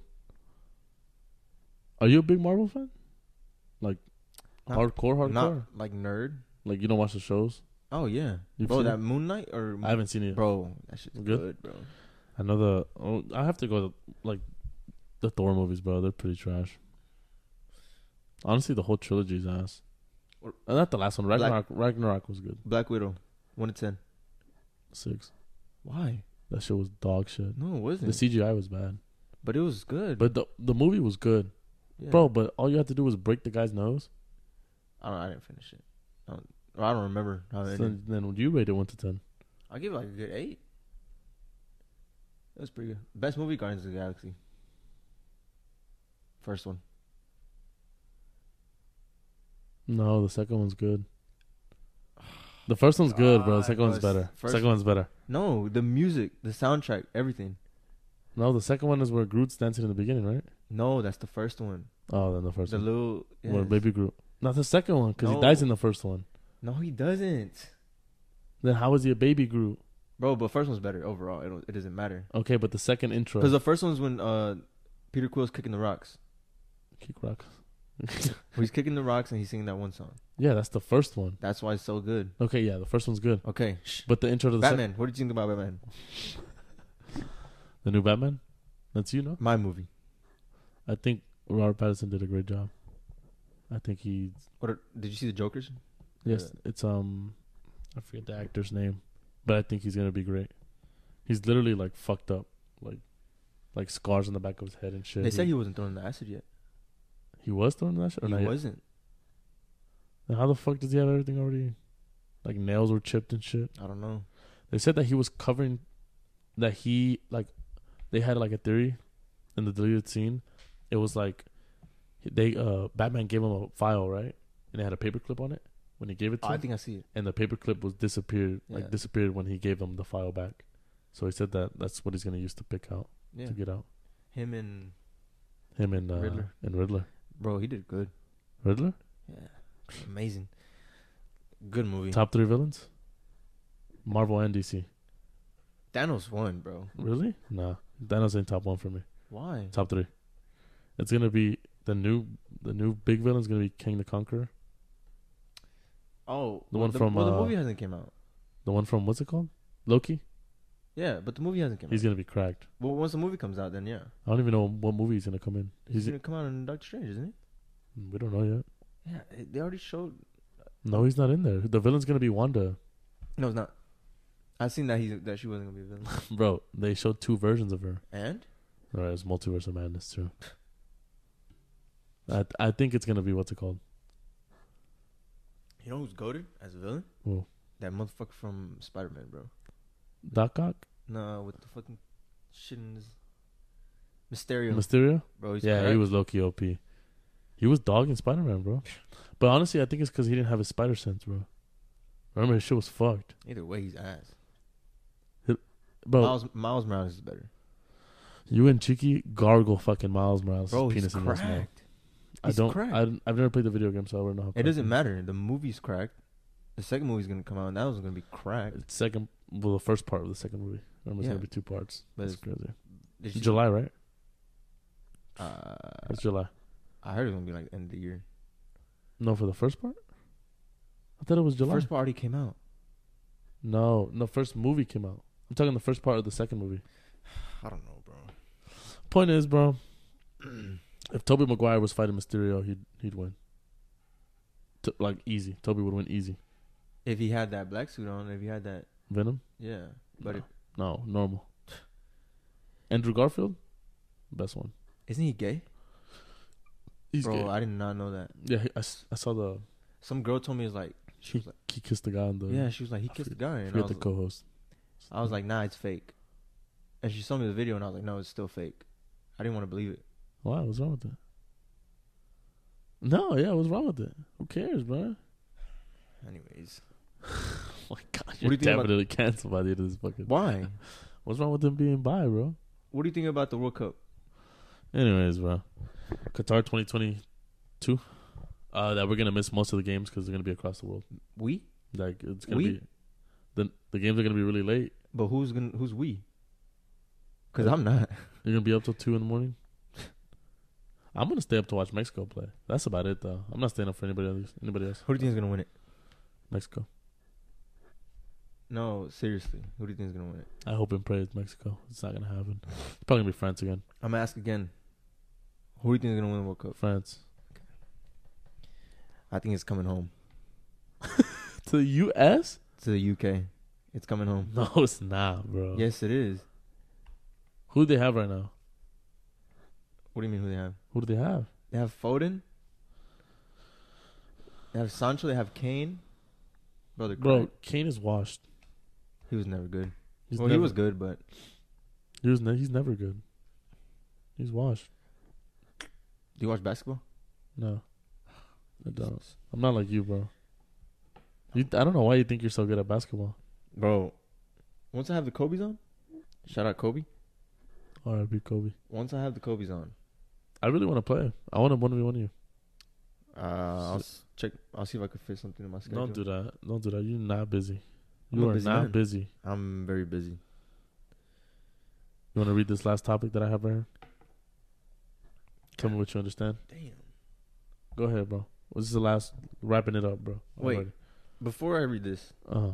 [SPEAKER 1] Are you a big Marvel fan? Like
[SPEAKER 2] Not-
[SPEAKER 1] hardcore hardcore?
[SPEAKER 2] Not like nerd.
[SPEAKER 1] like you don't watch the shows?
[SPEAKER 2] Oh yeah,
[SPEAKER 1] You've
[SPEAKER 2] bro.
[SPEAKER 1] seen
[SPEAKER 2] That
[SPEAKER 1] it?
[SPEAKER 2] Moon Knight or
[SPEAKER 1] I haven't seen it. Bro.
[SPEAKER 2] bro, that shit's
[SPEAKER 1] Good?
[SPEAKER 2] good, bro.
[SPEAKER 1] I know the oh, I have to go to, like the Thor movies, bro. They're pretty trash. Honestly, the whole trilogy's ass.
[SPEAKER 2] Or-
[SPEAKER 1] Uh, not the last one.
[SPEAKER 2] Black-
[SPEAKER 1] Ragnarok, Ragnarok was good.
[SPEAKER 2] Black Widow, one to ten.
[SPEAKER 1] Six.
[SPEAKER 2] Why?
[SPEAKER 1] That shit was dog shit.
[SPEAKER 2] No, it
[SPEAKER 1] The
[SPEAKER 2] wasn't.
[SPEAKER 1] CGI was bad,
[SPEAKER 2] but it was good.
[SPEAKER 1] but the the movie was good.
[SPEAKER 2] Yeah.
[SPEAKER 1] Bro, but all you have to do is break the guy's nose.
[SPEAKER 2] I don't. I didn't finish it. I don't, I don't remember. How it
[SPEAKER 1] So
[SPEAKER 2] ended.
[SPEAKER 1] then would you rate it one to ten?
[SPEAKER 2] I'll give it like a good eight. It was pretty good. Best movie, Guardians of the Galaxy. First one.
[SPEAKER 1] No, the second one's good. The first one's good, bro. The
[SPEAKER 2] God,
[SPEAKER 1] second
[SPEAKER 2] bro,
[SPEAKER 1] one's
[SPEAKER 2] it's-
[SPEAKER 1] better.
[SPEAKER 2] first-
[SPEAKER 1] second one's better.
[SPEAKER 2] No, the music, the soundtrack, everything.
[SPEAKER 1] No, the second one is where Groot's dancing in the beginning, right?
[SPEAKER 2] No, that's the first one.
[SPEAKER 1] Oh, then the first
[SPEAKER 2] The
[SPEAKER 1] one.
[SPEAKER 2] little.
[SPEAKER 1] Where
[SPEAKER 2] yes.
[SPEAKER 1] baby Groot. Not the second one, because he dies
[SPEAKER 2] No.
[SPEAKER 1] in the first one.
[SPEAKER 2] No, he doesn't,
[SPEAKER 1] Then how is he a baby Groot?
[SPEAKER 2] bro. But first one's better overall. It don't, it doesn't matter
[SPEAKER 1] Okay, but the second intro.
[SPEAKER 2] because the first one's when uh, Peter Quill's kicking the rocks.
[SPEAKER 1] Kick rock.
[SPEAKER 2] He's kicking the rocks and he's singing that one song.
[SPEAKER 1] yeah, that's the first one.
[SPEAKER 2] That's why it's so good.
[SPEAKER 1] Okay, yeah, the first one's good.
[SPEAKER 2] Okay, shh.
[SPEAKER 1] But the intro to the second,
[SPEAKER 2] Oh, Batman. what did you think about Batman?
[SPEAKER 1] the new Batman, that's you know.
[SPEAKER 2] My movie.
[SPEAKER 1] I think Robert Pattinson did a great job. I think he
[SPEAKER 2] What are, did you see the Joker's?
[SPEAKER 1] Yes, it's um, I forget the actor's name, but I think he's gonna be great. He's literally like fucked up, like, like scars on the back of his head and shit.
[SPEAKER 2] They said he wasn't throwing the acid yet.
[SPEAKER 1] he was throwing that shit. Or
[SPEAKER 2] He
[SPEAKER 1] not yet?
[SPEAKER 2] wasn't.
[SPEAKER 1] Then how the fuck does he have everything already? Like nails were chipped and shit.
[SPEAKER 2] I don't know.
[SPEAKER 1] They said that he was covering, that he like, they had like a theory, in the deleted scene, it was like, they uh Batman gave him a file right, and it had a paperclip on it. When he gave it to
[SPEAKER 2] Oh,
[SPEAKER 1] him,
[SPEAKER 2] I think I see it.
[SPEAKER 1] and the paperclip was disappeared,
[SPEAKER 2] Yeah.
[SPEAKER 1] like disappeared when he gave him the file back. So he said that that's what he's gonna use to pick out
[SPEAKER 2] Yeah.
[SPEAKER 1] to get out
[SPEAKER 2] Him and
[SPEAKER 1] him and uh,
[SPEAKER 2] Riddler.
[SPEAKER 1] and Riddler.
[SPEAKER 2] bro, he did good.
[SPEAKER 1] Riddler,
[SPEAKER 2] Yeah. Amazing. Good movie.
[SPEAKER 1] top three villains, Marvel and DC.
[SPEAKER 2] Thanos won, bro.
[SPEAKER 1] Really? Nah, Thanos ain't top one for me.
[SPEAKER 2] Why?
[SPEAKER 1] Top three. It's gonna be the new the new big villain's gonna be King the Conqueror.
[SPEAKER 2] Oh,
[SPEAKER 1] The
[SPEAKER 2] well,
[SPEAKER 1] one from,
[SPEAKER 2] well, the
[SPEAKER 1] uh,
[SPEAKER 2] movie hasn't came out.
[SPEAKER 1] The one from what's it called? Loki.
[SPEAKER 2] Yeah, but the movie hasn't came
[SPEAKER 1] He's
[SPEAKER 2] out.
[SPEAKER 1] gonna be cracked.
[SPEAKER 2] Well, once the movie comes out, then yeah,
[SPEAKER 1] I don't even know what movie he's gonna come in.
[SPEAKER 2] he's
[SPEAKER 1] He's
[SPEAKER 2] gonna come out in Doctor Strange, isn't
[SPEAKER 1] we don't know yet.
[SPEAKER 2] he? Yeah, they already showed
[SPEAKER 1] No, he's not in there. The villain's gonna be Wanda,
[SPEAKER 2] No, it's not. I seen that he's that she wasn't gonna be a villain.
[SPEAKER 1] bro. They showed two versions of her.
[SPEAKER 2] And
[SPEAKER 1] All right, it's multiverse of madness too. I I think it's gonna be what's it called?
[SPEAKER 2] you know who's goaded as a villain?
[SPEAKER 1] Who?
[SPEAKER 2] That motherfucker from Spider Man, bro.
[SPEAKER 1] Doc Ock,
[SPEAKER 2] No, with the fucking shit in his Mysterio,
[SPEAKER 1] Mysterio.
[SPEAKER 2] bro. He's
[SPEAKER 1] yeah,
[SPEAKER 2] alright.
[SPEAKER 1] he was low key OP. He was dogging Spider Man, bro. But honestly, I think it's because he didn't have his spider sense, bro. Remember his shit was fucked,
[SPEAKER 2] Either way, he's ass.
[SPEAKER 1] bro.
[SPEAKER 2] Miles Miles Morales is better,
[SPEAKER 1] You and Cheeky gargle fucking Miles Morales'
[SPEAKER 2] bro.
[SPEAKER 1] penis
[SPEAKER 2] He's
[SPEAKER 1] in his mouth.
[SPEAKER 2] cracked.
[SPEAKER 1] I
[SPEAKER 2] He's
[SPEAKER 1] don't,
[SPEAKER 2] cracked.
[SPEAKER 1] I don't. I've never played the video game, so I wouldn't know. How
[SPEAKER 2] It
[SPEAKER 1] cracked
[SPEAKER 2] doesn't matter. The movie's cracked. The second movie's gonna come out, and that one's gonna be cracked.
[SPEAKER 1] It's Second, well, the first part of the second movie. Remember, it's
[SPEAKER 2] Yeah.
[SPEAKER 1] gonna be two parts.
[SPEAKER 2] But
[SPEAKER 1] That's
[SPEAKER 2] it's-
[SPEAKER 1] crazy.
[SPEAKER 2] Did you-
[SPEAKER 1] July, right?
[SPEAKER 2] Uh,
[SPEAKER 1] It's July.
[SPEAKER 2] I heard it was gonna be like the end of the year.
[SPEAKER 1] No, for the first part. I thought it was July.
[SPEAKER 2] First part already came out.
[SPEAKER 1] no, no, first movie came out. I'm talking the first part of the second movie.
[SPEAKER 2] I don't know, bro.
[SPEAKER 1] Point is, bro, if Toby Maguire was fighting Mysterio, he'd he'd win. T- like easy, Toby would win easy.
[SPEAKER 2] If he had that black suit on, if he had that,
[SPEAKER 1] Venom,
[SPEAKER 2] yeah. But
[SPEAKER 1] No.
[SPEAKER 2] if,
[SPEAKER 1] no, normal. Andrew Garfield, best one.
[SPEAKER 2] isn't he gay?
[SPEAKER 1] He's
[SPEAKER 2] bro,
[SPEAKER 1] gay.
[SPEAKER 2] I did not know that.
[SPEAKER 1] yeah, he- I, s- I saw the
[SPEAKER 2] Some girl told me it's like she was like,
[SPEAKER 1] he kissed the guy on the
[SPEAKER 2] yeah, she was like he
[SPEAKER 1] I
[SPEAKER 2] kissed the
[SPEAKER 1] forget-
[SPEAKER 2] guy, and I
[SPEAKER 1] forget
[SPEAKER 2] was,
[SPEAKER 1] the co-host.
[SPEAKER 2] I was like, nah, it's fake. And she showed me the video, and I was like, no, it's still fake. I didn't want to believe it.
[SPEAKER 1] Why? What's wrong with it? No, yeah, what's wrong with it? Who cares, bro?
[SPEAKER 2] Anyways,
[SPEAKER 1] my God,
[SPEAKER 2] do
[SPEAKER 1] you're
[SPEAKER 2] you think about-
[SPEAKER 1] definitely canceled by the end of this fucking.
[SPEAKER 2] why?
[SPEAKER 1] What's wrong with them being bi, bro?
[SPEAKER 2] what do you think about the World Cup?
[SPEAKER 1] Anyways, bro, Qatar 2022. Uh, that we're gonna miss most of the games because they're gonna be across the world.
[SPEAKER 2] We,
[SPEAKER 1] Like it's gonna
[SPEAKER 2] We?
[SPEAKER 1] be the the games are gonna be really late.
[SPEAKER 2] but who's gonna who's we? Because I'm not.
[SPEAKER 1] You're gonna be up till two in the morning. I'm gonna stay up to watch Mexico play. That's about it, though. I'm not staying up for anybody else. Anybody else?
[SPEAKER 2] Who do you think is gonna win it?
[SPEAKER 1] Mexico.
[SPEAKER 2] No, seriously, who do you think is gonna win it?
[SPEAKER 1] I hope and pray it's Mexico. It's not gonna happen. It's probably gonna be France again.
[SPEAKER 2] I'm gonna ask again. Who do you think is gonna win the World Cup?
[SPEAKER 1] France.
[SPEAKER 2] I think it's coming home
[SPEAKER 1] To the U.S.
[SPEAKER 2] to the UK. It's coming home.
[SPEAKER 1] No, it's not, bro.
[SPEAKER 2] Yes, it is.
[SPEAKER 1] Who do they have right now?
[SPEAKER 2] What do you mean? Who they have?
[SPEAKER 1] Who do they have?
[SPEAKER 2] They have Foden. They have Sancho. They have Kane. Brother,
[SPEAKER 1] Bro,
[SPEAKER 2] bro,
[SPEAKER 1] Kane is washed.
[SPEAKER 2] he was never good.
[SPEAKER 1] He's
[SPEAKER 2] well, he
[SPEAKER 1] never-
[SPEAKER 2] was good, but
[SPEAKER 1] He was ne- he's never good. He's washed.
[SPEAKER 2] do you watch basketball?
[SPEAKER 1] No, I don't. I'm not like you, bro. You, I don't know why you think you're so good at basketball.
[SPEAKER 2] Bro, once I have the Kobe's on, shout out Kobe.
[SPEAKER 1] R.I.P. Kobe.
[SPEAKER 2] Once I have the Kobe's on,
[SPEAKER 1] I really want to play. I want to one v one you.
[SPEAKER 2] uh, I'll s- check. I'll see if I can fit something in my schedule.
[SPEAKER 1] Don't do that. Don't do that. You're not busy.
[SPEAKER 2] I'm
[SPEAKER 1] You
[SPEAKER 2] a
[SPEAKER 1] are
[SPEAKER 2] busy
[SPEAKER 1] not
[SPEAKER 2] man.
[SPEAKER 1] busy.
[SPEAKER 2] I'm very busy.
[SPEAKER 1] You want to read this last topic that I have right here? Tell me what you understand.
[SPEAKER 2] Damn.
[SPEAKER 1] Go ahead, bro. This is the last wrapping it up, bro.
[SPEAKER 2] Wait. Before I read this,
[SPEAKER 1] Uh huh.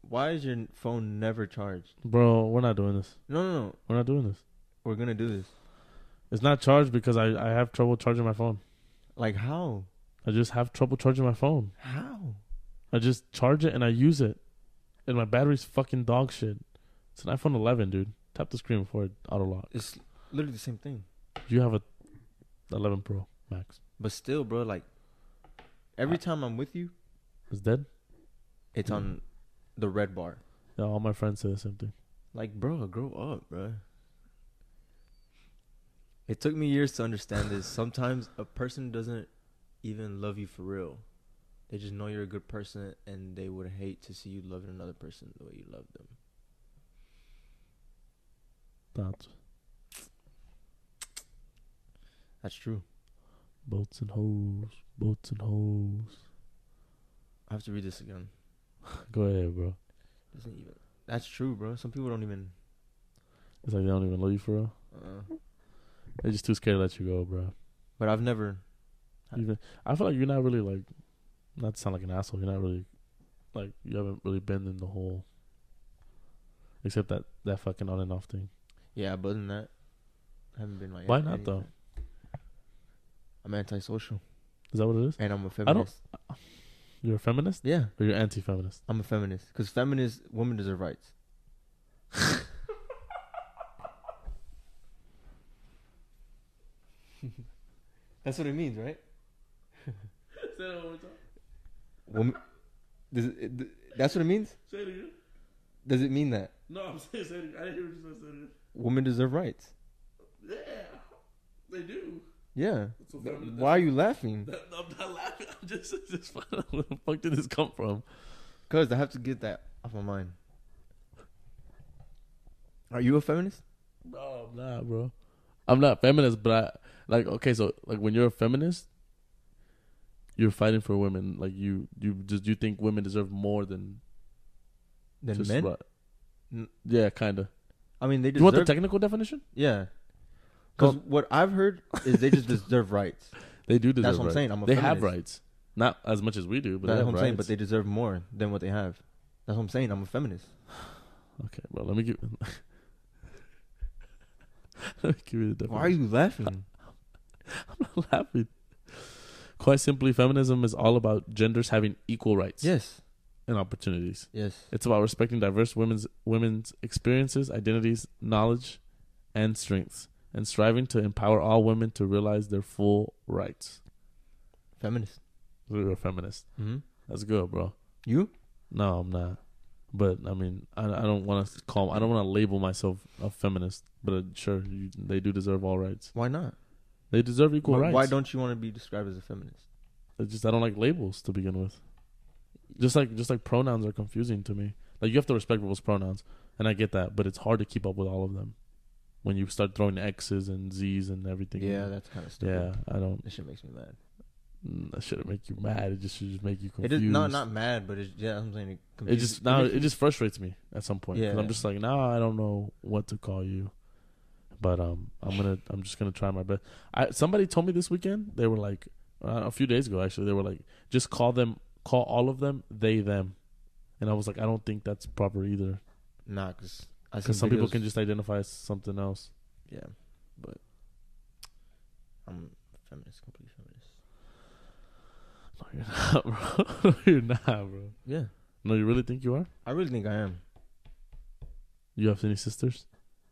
[SPEAKER 2] why is your n- phone never charged?
[SPEAKER 1] Bro, we're not doing this.
[SPEAKER 2] No, no, no.
[SPEAKER 1] We're not doing this.
[SPEAKER 2] We're gonna do this.
[SPEAKER 1] It's not charged because I, I have trouble charging my phone.
[SPEAKER 2] Like how?
[SPEAKER 1] I just have trouble charging my phone.
[SPEAKER 2] How?
[SPEAKER 1] I just charge it and I use it. And my battery's fucking dog shit. It's an iPhone 11, dude. Tap the screen before it auto lock.
[SPEAKER 2] It's literally the same thing.
[SPEAKER 1] You have a 11 Pro Max.
[SPEAKER 2] But still, bro, like every time I'm with you,
[SPEAKER 1] It's dead?
[SPEAKER 2] it's on
[SPEAKER 1] Mm-hmm.
[SPEAKER 2] the red bar.
[SPEAKER 1] Yeah, all my friends say the same thing.
[SPEAKER 2] Like, bro, grow up, bro. It took me years to understand this. Sometimes a person doesn't even love you for real. They just know you're a good person and they would hate to see you loving another person the way you love them.
[SPEAKER 1] That's
[SPEAKER 2] That's true.
[SPEAKER 1] boats and hoes. Boats and hoes.
[SPEAKER 2] I have to read this again.
[SPEAKER 1] Go ahead, bro.
[SPEAKER 2] Doesn't even. That's true, bro. Some people don't even.
[SPEAKER 1] It's like they don't even love you for real.
[SPEAKER 2] Uh,
[SPEAKER 1] They're just too scared to let you go, bro.
[SPEAKER 2] but I've never.
[SPEAKER 1] Even I feel like you're not really like, not to sound like an asshole. You're not really like you haven't really been in the whole, except that that fucking on and off thing.
[SPEAKER 2] Yeah, but other than that, I haven't been like.
[SPEAKER 1] Why
[SPEAKER 2] at
[SPEAKER 1] not
[SPEAKER 2] any
[SPEAKER 1] though?
[SPEAKER 2] time. I'm antisocial
[SPEAKER 1] Is that what it is?
[SPEAKER 2] and I'm a
[SPEAKER 1] don't-
[SPEAKER 2] feminist.
[SPEAKER 1] You're a feminist
[SPEAKER 2] Yeah,
[SPEAKER 1] or you're anti-feminist?
[SPEAKER 2] I'm a feminist because feminist women deserve rights. That's what it means, right?
[SPEAKER 1] Say that one more time.
[SPEAKER 2] Woman, does it, it, th- that's what it means.
[SPEAKER 1] Say it again.
[SPEAKER 2] Does it mean that
[SPEAKER 1] No, I'm saying say it again. I didn't hear what you said.
[SPEAKER 2] women deserve rights?
[SPEAKER 1] Yeah, they do.
[SPEAKER 2] Yeah.
[SPEAKER 1] That's what
[SPEAKER 2] Th-
[SPEAKER 1] feminist-
[SPEAKER 2] Why are you laughing?
[SPEAKER 1] That- I'm not laughing. I'm just, just where the fuck did this come from?
[SPEAKER 2] Cause I have to get that off my mind. Are you a feminist?
[SPEAKER 1] No, I'm not, bro. I'm not feminist, but I like okay. So like when you're a feminist, you're fighting for women. Like you, you just you think women deserve more than
[SPEAKER 2] Than
[SPEAKER 1] just
[SPEAKER 2] men?
[SPEAKER 1] right-
[SPEAKER 2] N-
[SPEAKER 1] Yeah, kind of.
[SPEAKER 2] I mean, they
[SPEAKER 1] You want
[SPEAKER 2] deserve.
[SPEAKER 1] the technical definition?
[SPEAKER 2] yeah. Because what I've heard is they just deserve rights.
[SPEAKER 1] They do deserve.
[SPEAKER 2] That's what I'm
[SPEAKER 1] rights.
[SPEAKER 2] saying. I'm a
[SPEAKER 1] they
[SPEAKER 2] feminist.
[SPEAKER 1] have rights, not as much as we do, but
[SPEAKER 2] That's
[SPEAKER 1] they have
[SPEAKER 2] what I'm
[SPEAKER 1] rights.
[SPEAKER 2] saying. But they deserve more than what they have. That's what I'm saying. I'm a feminist.
[SPEAKER 1] Okay, bro. Let me give. let me give you the definition.
[SPEAKER 2] Why are you laughing?
[SPEAKER 1] laughing? Quite simply, feminism is all about genders having equal rights
[SPEAKER 2] yes.
[SPEAKER 1] and opportunities.
[SPEAKER 2] Yes.
[SPEAKER 1] It's about respecting diverse women's women's experiences, identities, knowledge, and strengths, and striving to empower all women to realize their full rights.
[SPEAKER 2] Feminist.
[SPEAKER 1] You're a feminist.
[SPEAKER 2] Mm-hmm.
[SPEAKER 1] That's good, bro.
[SPEAKER 2] You?
[SPEAKER 1] No, I'm not. But I mean, I, I don't want to call. I don't want to label myself a feminist. But uh, sure, you, they do deserve all rights.
[SPEAKER 2] Why not?
[SPEAKER 1] They deserve equal
[SPEAKER 2] Why-
[SPEAKER 1] rights.
[SPEAKER 2] Why don't you want to be described as a feminist?
[SPEAKER 1] It's just I don't like labels to begin with. Just like just like pronouns are confusing to me. Like you have to respect people's pronouns, and I get that, but it's hard to keep up with all of them when you start throwing X's and Z's and everything.
[SPEAKER 2] Yeah, that's kind of stupid.
[SPEAKER 1] yeah. I don't.
[SPEAKER 2] This shit makes me mad.
[SPEAKER 1] mm, That shouldn't make you mad. It just should just make you
[SPEAKER 2] It
[SPEAKER 1] confused.
[SPEAKER 2] is not not mad, but it's yeah. I'm saying it,
[SPEAKER 1] It
[SPEAKER 2] confuses-
[SPEAKER 1] just now
[SPEAKER 2] makes
[SPEAKER 1] it
[SPEAKER 2] me-
[SPEAKER 1] just frustrates me at some point. 'cause
[SPEAKER 2] Yeah.
[SPEAKER 1] I'm just like now I don't know what to call you, but um I'm gonna I'm just gonna try my best. I somebody told me this weekend they were like uh, a few days ago actually they were like just call them call all of them they them, and I was like I don't think that's proper either
[SPEAKER 2] nah, because I see
[SPEAKER 1] because some people
[SPEAKER 2] videos-
[SPEAKER 1] can just identify as something else.
[SPEAKER 2] yeah, but I'm feminist, completely feminist.
[SPEAKER 1] No, you're not, bro. no, you're not, bro.
[SPEAKER 2] Yeah,
[SPEAKER 1] No, you really think you are?
[SPEAKER 2] I really think I am.
[SPEAKER 1] You have any sisters?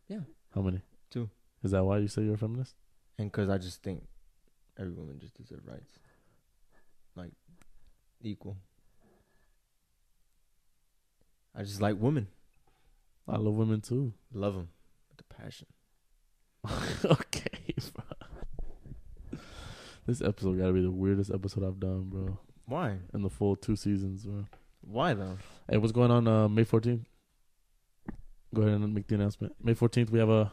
[SPEAKER 2] Yeah.
[SPEAKER 1] How many?
[SPEAKER 2] Two.
[SPEAKER 1] Is that why you say you're a feminist?
[SPEAKER 2] And because I just think every woman just deserves rights, like equal. I just like women,
[SPEAKER 1] I love women too.
[SPEAKER 2] love them with a passion.
[SPEAKER 1] okay, bro. This episode gotta be the weirdest episode I've done, bro.
[SPEAKER 2] Why?
[SPEAKER 1] In the full two seasons, bro.
[SPEAKER 2] Why though?
[SPEAKER 1] Hey, what's going on uh, May 14th? Go ahead and make the announcement. May 14th, we have a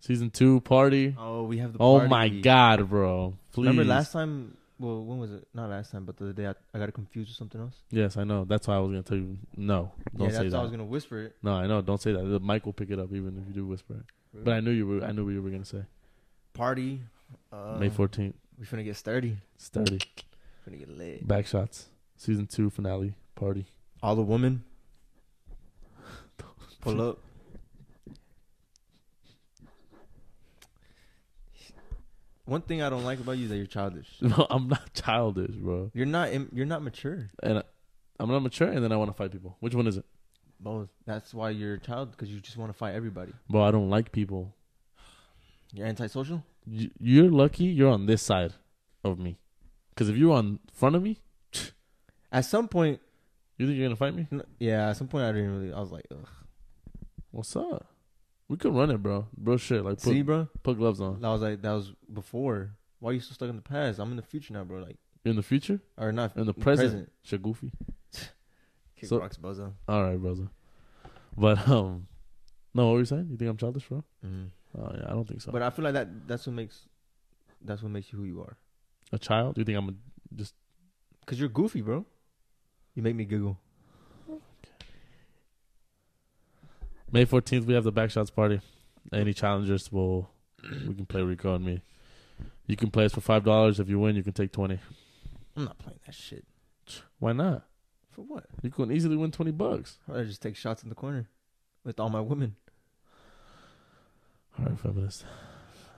[SPEAKER 1] season two party.
[SPEAKER 2] Oh, we have the.
[SPEAKER 1] Oh
[SPEAKER 2] party.
[SPEAKER 1] my god, bro. Please.
[SPEAKER 2] Remember last time? Well, when was it? Not last time, but the other day I, I got it confused with something else.
[SPEAKER 1] Yes, I know. That's why I was gonna tell you. No, don't
[SPEAKER 2] yeah,
[SPEAKER 1] say
[SPEAKER 2] that's
[SPEAKER 1] that.
[SPEAKER 2] why I was gonna whisper it.
[SPEAKER 1] no, I know. Don't say that. The mic will pick it up even if you do whisper it. But I knew you were. I knew what you were gonna say.
[SPEAKER 2] party. Uh,
[SPEAKER 1] May 14th.
[SPEAKER 2] We finna get sturdy.
[SPEAKER 1] It's 30.
[SPEAKER 2] Finna get lit.
[SPEAKER 1] Back shots. Season two finale party.
[SPEAKER 2] All the women. Pull up. One thing I don't like about you is that you're childish.
[SPEAKER 1] No, I'm not childish, bro.
[SPEAKER 2] You're not. im- You're not mature.
[SPEAKER 1] And I, I'm not mature, and then I want to fight people. Which one is it?
[SPEAKER 2] Both. That's why you're a child because you just want to fight everybody.
[SPEAKER 1] Bro, I don't like people.
[SPEAKER 2] You're antisocial.
[SPEAKER 1] Y- You're lucky you're on this side of me. Because if you're on front of me,
[SPEAKER 2] At some point,
[SPEAKER 1] you think you're going to fight me?
[SPEAKER 2] n- yeah. At some point, I didn't really. I was like, Ugh.
[SPEAKER 1] What's up? We could run it, bro. Bro, shit. Like, put,
[SPEAKER 2] see, bro.
[SPEAKER 1] put gloves on.
[SPEAKER 2] That was like that was before. Why are you so stuck in the past? I'm in the future now, bro. Like
[SPEAKER 1] In the future?
[SPEAKER 2] or not
[SPEAKER 1] In the present. Shit, goofy.
[SPEAKER 2] Kick
[SPEAKER 1] So-
[SPEAKER 2] rocks, bozo.
[SPEAKER 1] All right, brother. But, um, no, what were you saying? You think I'm childish, bro?
[SPEAKER 2] Mm-hmm.
[SPEAKER 1] Oh, yeah, I don't think so.
[SPEAKER 2] But I feel like that that's what makes that's what makes you who you are.
[SPEAKER 1] a child? Do you think I'm a.
[SPEAKER 2] Cause you're goofy, bro. You make me giggle.
[SPEAKER 1] May 14th, we have the Backshots party. Any challengers will we can play Rico and me. You can play us for five dollars. If you win, you can take twenty.
[SPEAKER 2] I'm not playing that shit.
[SPEAKER 1] Why not?
[SPEAKER 2] For what?
[SPEAKER 1] You can easily win twenty bucks.
[SPEAKER 2] I'd rather just take shots in the corner with all my women.
[SPEAKER 1] All right, feminist.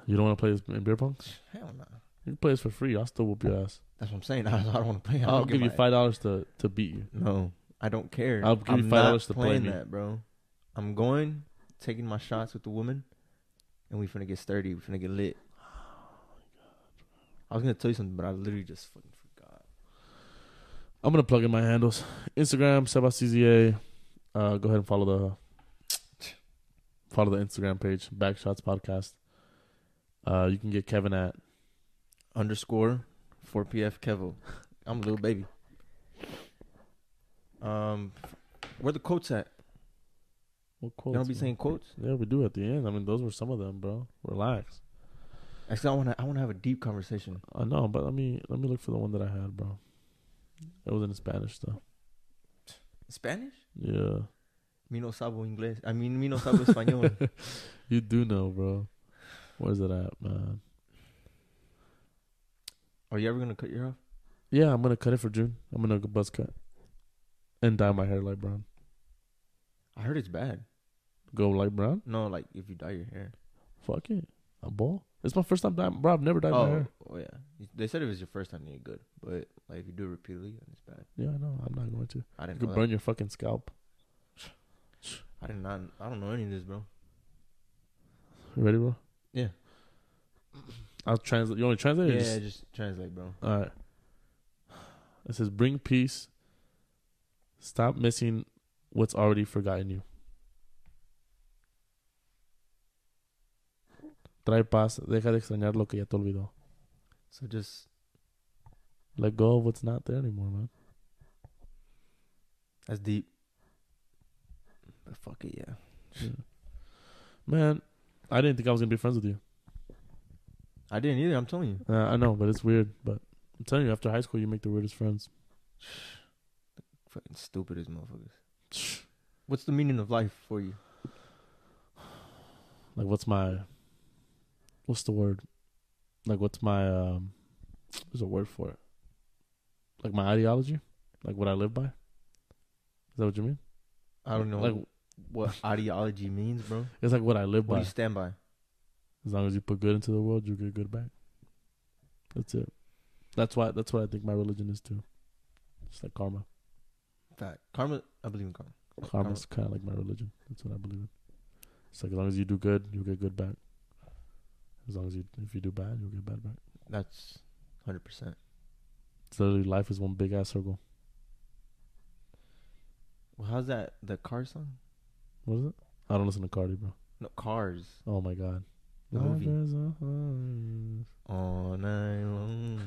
[SPEAKER 1] You don't want to play this in beer pong?
[SPEAKER 2] Hell no.
[SPEAKER 1] You can play this for free. I'll still whoop your ass.
[SPEAKER 2] That's what I'm saying. I, I don't want to play. I
[SPEAKER 1] I'll
[SPEAKER 2] don't
[SPEAKER 1] give
[SPEAKER 2] get
[SPEAKER 1] you
[SPEAKER 2] my-
[SPEAKER 1] five dollars to to beat you.
[SPEAKER 2] No, I don't care.
[SPEAKER 1] I'll give you
[SPEAKER 2] I'm
[SPEAKER 1] five
[SPEAKER 2] not
[SPEAKER 1] dollars to play
[SPEAKER 2] playing
[SPEAKER 1] me.
[SPEAKER 2] that, bro. I'm going, taking my shots with the woman, and we finna get sturdy. We finna get lit. I was gonna tell you something, but I literally just fucking forgot.
[SPEAKER 1] I'm gonna plug in my handles: Instagram SebaCZA. Uh, go ahead and follow the follow the Instagram page Backshots Podcast. Uh, you can get Kevin at
[SPEAKER 2] Underscore, four PF Kevo. I'm a little baby. Um, where the quotes at?
[SPEAKER 1] what
[SPEAKER 2] You
[SPEAKER 1] quotes?
[SPEAKER 2] don't be
[SPEAKER 1] man?
[SPEAKER 2] saying quotes.
[SPEAKER 1] Yeah, we do at the end. I mean, those were some of them, bro. Relax.
[SPEAKER 2] Actually, I wanna I wanna have a deep conversation.
[SPEAKER 1] I know, but let me let me look for the one that I had, bro. It was in Spanish though.
[SPEAKER 2] Spanish?
[SPEAKER 1] Yeah,
[SPEAKER 2] Mi no sabo inglés. I mean, mi no sabo español.
[SPEAKER 1] you do know, bro. Where's it at, man?
[SPEAKER 2] Are you ever gonna cut your hair off?
[SPEAKER 1] Yeah, I'm gonna cut it for June. I'm gonna go buzz cut and dye my hair light brown.
[SPEAKER 2] I heard it's bad.
[SPEAKER 1] Go light brown.
[SPEAKER 2] No, like if you dye your hair.
[SPEAKER 1] Fuck it. I'm bald. It's my first time dying, bro. I've never dyed my
[SPEAKER 2] Oh,
[SPEAKER 1] hair.
[SPEAKER 2] oh yeah. You- They said if it's your first time, then you're good. But like if you do it repeatedly, then it's bad.
[SPEAKER 1] Yeah, I know. I'm not going to.
[SPEAKER 2] I
[SPEAKER 1] You
[SPEAKER 2] didn't.
[SPEAKER 1] could
[SPEAKER 2] know that.
[SPEAKER 1] burn your fucking scalp.
[SPEAKER 2] I did not. I don't know any of this, bro.
[SPEAKER 1] You ready, bro?
[SPEAKER 2] Yeah.
[SPEAKER 1] I'll translate. You want to translate? or
[SPEAKER 2] yeah,
[SPEAKER 1] just-
[SPEAKER 2] just translate, bro.
[SPEAKER 1] All right. It says, "Bring peace. Stop missing what's already forgotten you. Trae paz. Deja de extrañar lo que ya te olvidó.
[SPEAKER 2] So just
[SPEAKER 1] Let go of what's not there anymore, man.
[SPEAKER 2] that's deep. But fuck it, yeah.
[SPEAKER 1] Man, I didn't think I was gonna be friends with you.
[SPEAKER 2] I didn't either. I'm telling you,
[SPEAKER 1] Uh, I know, but it's weird. But I'm telling you, after high school, you make the weirdest friends.
[SPEAKER 2] fucking stupid as motherfuckers. What's the meaning of life for you?
[SPEAKER 1] Like, what's my, what's the word? Like, what's my um? There's a word for it. Like my ideology, like what I live by. Is that what you mean?
[SPEAKER 2] I don't know
[SPEAKER 1] Like
[SPEAKER 2] what ideology means, bro.
[SPEAKER 1] it's like what I live
[SPEAKER 2] What do
[SPEAKER 1] by.
[SPEAKER 2] you stand by?
[SPEAKER 1] As long as you put good into the world, you get good back. That's it. That's why. That's what I think my religion is too. It's like karma.
[SPEAKER 2] Fact. Karma. I believe in karma.
[SPEAKER 1] Karma's kind of like my religion. That's what I believe in. It's like as long as you do good, you get good back. As long as you, if you do bad, you'll get bad back.
[SPEAKER 2] That's hundred percent.
[SPEAKER 1] It's literally life is one big ass circle.
[SPEAKER 2] Well, how's that? The car song?
[SPEAKER 1] What is it? I don't listen to Cardi, bro.
[SPEAKER 2] No, cars.
[SPEAKER 1] Oh my god.
[SPEAKER 2] The movie.
[SPEAKER 1] Life is a high-
[SPEAKER 2] All night long.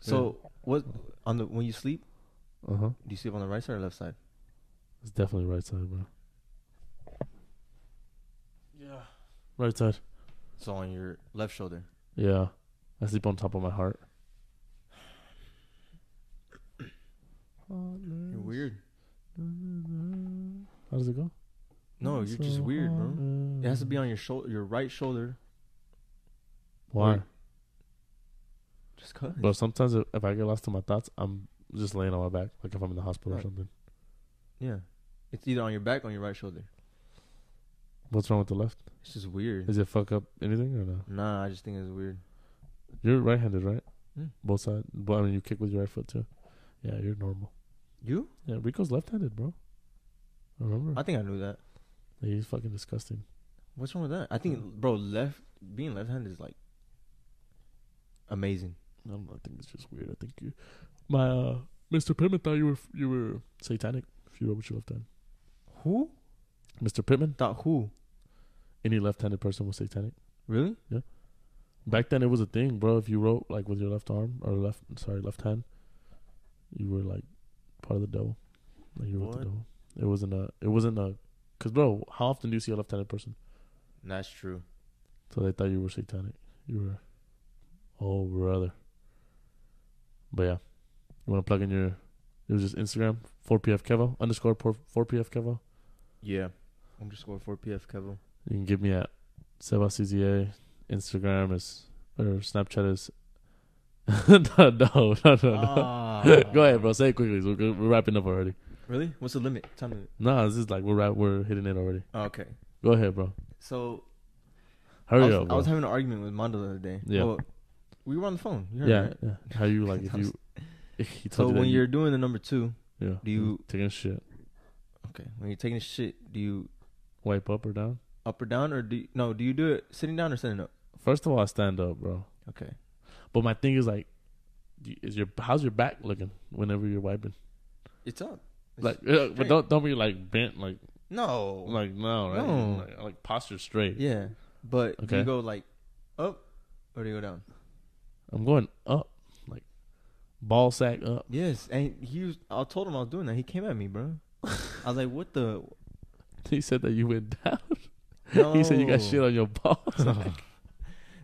[SPEAKER 2] So what on the when you sleep?
[SPEAKER 1] Uh huh.
[SPEAKER 2] Do you sleep on the right side or left side?
[SPEAKER 1] It's definitely right side, bro. Yeah. Right side.
[SPEAKER 2] So on your left shoulder.
[SPEAKER 1] Yeah. I sleep on top of my heart.
[SPEAKER 2] You're weird.
[SPEAKER 1] How does it go?
[SPEAKER 2] No, you're just weird, bro. It has to be on your shoulder, your right shoulder.
[SPEAKER 1] Why?
[SPEAKER 2] Just cause.
[SPEAKER 1] But sometimes if, if I get lost in my thoughts, I'm just laying on my back, like if I'm in the hospital or
[SPEAKER 2] Right.
[SPEAKER 1] something.
[SPEAKER 2] yeah, it's either on your back or on your right shoulder.
[SPEAKER 1] What's wrong with the left?
[SPEAKER 2] It's just weird.
[SPEAKER 1] Does it fuck up anything or no?
[SPEAKER 2] Nah, I just think it's weird.
[SPEAKER 1] You're right-handed, right?
[SPEAKER 2] Mm.
[SPEAKER 1] Both sides. But I mean, you kick with your right foot too. Yeah, you're normal.
[SPEAKER 2] You?
[SPEAKER 1] Yeah, Rico's left-handed, bro. I remember?
[SPEAKER 2] I think I knew that.
[SPEAKER 1] Yeah, he's fucking disgusting.
[SPEAKER 2] What's wrong with that? I think, bro, left being left-handed is like amazing.
[SPEAKER 1] I, don't know, I think it's just weird. I think you, my uh, Mr. Pittman thought you were you were satanic if you wrote with your left hand.
[SPEAKER 2] Who?
[SPEAKER 1] Mr. Pittman,
[SPEAKER 2] Thought who?
[SPEAKER 1] any left-handed person was satanic.
[SPEAKER 2] Really?
[SPEAKER 1] Back then, it was a thing, bro. If you wrote like with your left arm or left, sorry, left hand, you were like part of the devil. Like you were with
[SPEAKER 2] What?
[SPEAKER 1] the devil. It wasn't a. It wasn't a. Cause bro, how often do you see a left-handed person?
[SPEAKER 2] That's true.
[SPEAKER 1] So they thought you were satanic. You were, oh brother. But yeah, you want to plug in your? It was just Instagram four pf kevo underscore four pf kevo.
[SPEAKER 2] Yeah. I'm just going for PF Kevo.
[SPEAKER 1] You can give me at Seba CZA. Instagram is or Snapchat is. no, no, no, no, no.
[SPEAKER 2] Ah.
[SPEAKER 1] Go ahead, bro. Say it quickly. We're, we're wrapping up already.
[SPEAKER 2] Really? What's the limit? Time limit.
[SPEAKER 1] Nah, this is like we're wrap, we're hitting it already.
[SPEAKER 2] Okay.
[SPEAKER 1] Go ahead, bro.
[SPEAKER 2] So I
[SPEAKER 1] Hurry
[SPEAKER 2] was,
[SPEAKER 1] up.
[SPEAKER 2] I
[SPEAKER 1] Bro.
[SPEAKER 2] was having an argument with Mondo the other day.
[SPEAKER 1] Yeah.
[SPEAKER 2] Well, We were on the phone. You heard me,
[SPEAKER 1] yeah,
[SPEAKER 2] right?
[SPEAKER 1] yeah. How you like if you? He
[SPEAKER 2] So
[SPEAKER 1] told you that
[SPEAKER 2] when
[SPEAKER 1] you-
[SPEAKER 2] you're doing the number two,
[SPEAKER 1] yeah,
[SPEAKER 2] do you-
[SPEAKER 1] taking a shit,
[SPEAKER 2] okay, when you're taking a shit, do you
[SPEAKER 1] wipe up or down?
[SPEAKER 2] up or down or do you, no? Do you do it sitting down or standing up?
[SPEAKER 1] First of all, I stand up, bro.
[SPEAKER 2] Okay.
[SPEAKER 1] But my thing is like, do you- is your how's your back looking whenever you're wiping?
[SPEAKER 2] It's up. It's-
[SPEAKER 1] Like, uh, but
[SPEAKER 2] straight.
[SPEAKER 1] don't don't be like bent, like
[SPEAKER 2] no.
[SPEAKER 1] like no, right?
[SPEAKER 2] No.
[SPEAKER 1] Like, like posture straight.
[SPEAKER 2] yeah, but do
[SPEAKER 1] Okay.
[SPEAKER 2] you go like up or do you go down?
[SPEAKER 1] I'm going up, like ball sack up.
[SPEAKER 2] Yes, and he was. I told him I was doing that. He came at me, bro. I was like, "What the?"
[SPEAKER 1] He said that you went down.
[SPEAKER 2] No.
[SPEAKER 1] He said you got shit on your ball sack.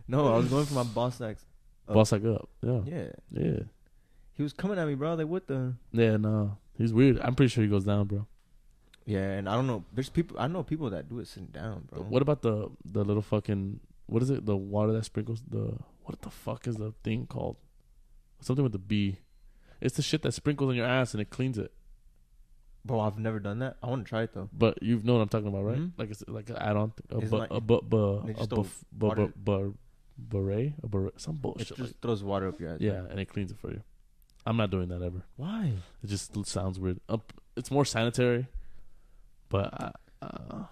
[SPEAKER 2] No, I was going for my boss sacks. Up.
[SPEAKER 1] ball sack up. Yeah,
[SPEAKER 2] Yeah,
[SPEAKER 1] yeah,
[SPEAKER 2] he was coming at me, bro. I was like, "What the?"
[SPEAKER 1] yeah. No, he's weird. I'm pretty sure he goes down, bro.
[SPEAKER 2] Yeah, and I don't know. There's people. I know people that do it sitting down, bro.
[SPEAKER 1] What about the the little fucking what is it? The water that sprinkles the what the fuck is the thing called? Something with the B. It's the shit that sprinkles on your ass and it cleans it.
[SPEAKER 2] Bro, I've never done that. I want to try it though.
[SPEAKER 1] But you know what I'm talking about, right?
[SPEAKER 2] Mhm.
[SPEAKER 1] Like it's like an add-on, thing. a
[SPEAKER 2] Isn't
[SPEAKER 1] bu-
[SPEAKER 2] like-
[SPEAKER 1] a bu- bu-
[SPEAKER 2] they
[SPEAKER 1] a
[SPEAKER 2] just
[SPEAKER 1] bu-
[SPEAKER 2] throw
[SPEAKER 1] f- bu-
[SPEAKER 2] water-
[SPEAKER 1] bu- bu- beret, a beret, some
[SPEAKER 2] It
[SPEAKER 1] bullshit.
[SPEAKER 2] just
[SPEAKER 1] Oh, like-
[SPEAKER 2] throws water up your ass.
[SPEAKER 1] yeah, and it cleans it for you. I'm not doing that ever.
[SPEAKER 2] Why?
[SPEAKER 1] It just l- sounds weird. Up, it's more sanitary, but I, uh,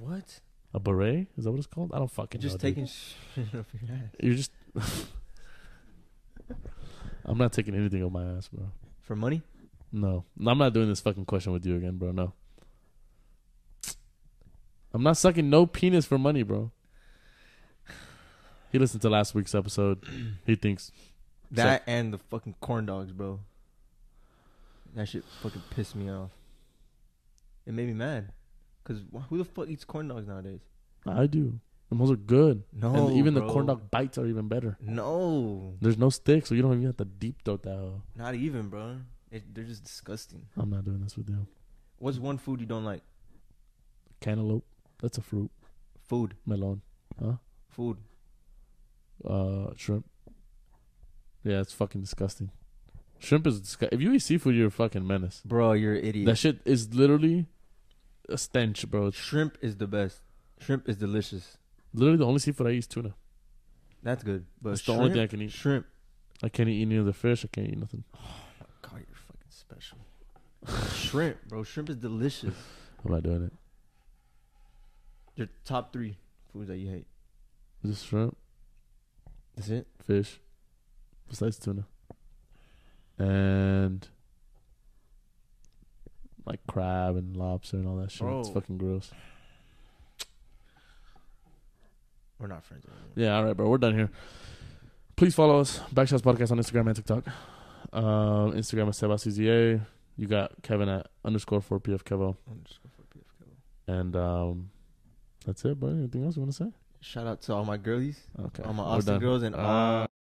[SPEAKER 2] What?
[SPEAKER 1] a beret is that what it's called? I don't fucking
[SPEAKER 2] You're just
[SPEAKER 1] know. dude.
[SPEAKER 2] taking shit up your ass
[SPEAKER 1] You're just. I'm not taking anything on my ass, bro.
[SPEAKER 2] for money?
[SPEAKER 1] No, No, I'm not doing this fucking question with you again, bro. No. I'm not sucking no penis for money, bro. He listened to last week's episode. He thinks
[SPEAKER 2] That and the fucking corn dogs, bro. That shit fucking pissed me off. It made me mad. Cause wh- who the fuck eats corn dogs nowadays?
[SPEAKER 1] I do. And those are good.
[SPEAKER 2] No,
[SPEAKER 1] and even the
[SPEAKER 2] bro.
[SPEAKER 1] corn dog bites are even better.
[SPEAKER 2] No,
[SPEAKER 1] There's no stick, so you don't even have to deep throat that. hoe.
[SPEAKER 2] not even, bro. It, they're just disgusting.
[SPEAKER 1] I'm not doing this with you.
[SPEAKER 2] What's one food you don't like?
[SPEAKER 1] Cantaloupe. That's a fruit.
[SPEAKER 2] Food,
[SPEAKER 1] Melon. Huh?
[SPEAKER 2] food.
[SPEAKER 1] uh shrimp. Yeah, it's fucking disgusting. Shrimp is disgusting. If you eat seafood, you're a fucking menace.
[SPEAKER 2] Bro, you're an idiot.
[SPEAKER 1] That shit is literally a stench, bro. It's
[SPEAKER 2] Shrimp is the best. Shrimp is delicious.
[SPEAKER 1] literally the only seafood I eat is tuna.
[SPEAKER 2] That's good. But
[SPEAKER 1] It's the
[SPEAKER 2] shrimp,
[SPEAKER 1] only thing I can eat.
[SPEAKER 2] Shrimp. Oh,
[SPEAKER 1] I can't eat any other fish. I can't eat nothing.
[SPEAKER 2] God, you're fucking special. shrimp, bro. Shrimp is delicious.
[SPEAKER 1] I'm not doing it.
[SPEAKER 2] Your top three foods that you hate.
[SPEAKER 1] Just shrimp,
[SPEAKER 2] That's it.
[SPEAKER 1] fish, besides tuna, and like crab and lobster and all that shit. It's
[SPEAKER 2] Bro.
[SPEAKER 1] fucking gross.
[SPEAKER 2] We're not friends anymore.
[SPEAKER 1] Yeah, all right, bro. We're done here. Please follow us, Backshots Podcast on Instagram and TikTok. Um, Instagram is SebasCZA. You got Kevin at underscore 4PF Kevo.
[SPEAKER 2] I'm just going for PF Cowboy.
[SPEAKER 1] And um, that's it, bro. Anything else you want to say?
[SPEAKER 2] Shout out to all my girlies,
[SPEAKER 1] Okay.
[SPEAKER 2] all my
[SPEAKER 1] we're
[SPEAKER 2] Austin
[SPEAKER 1] done.
[SPEAKER 2] girls, and all.
[SPEAKER 1] Ah.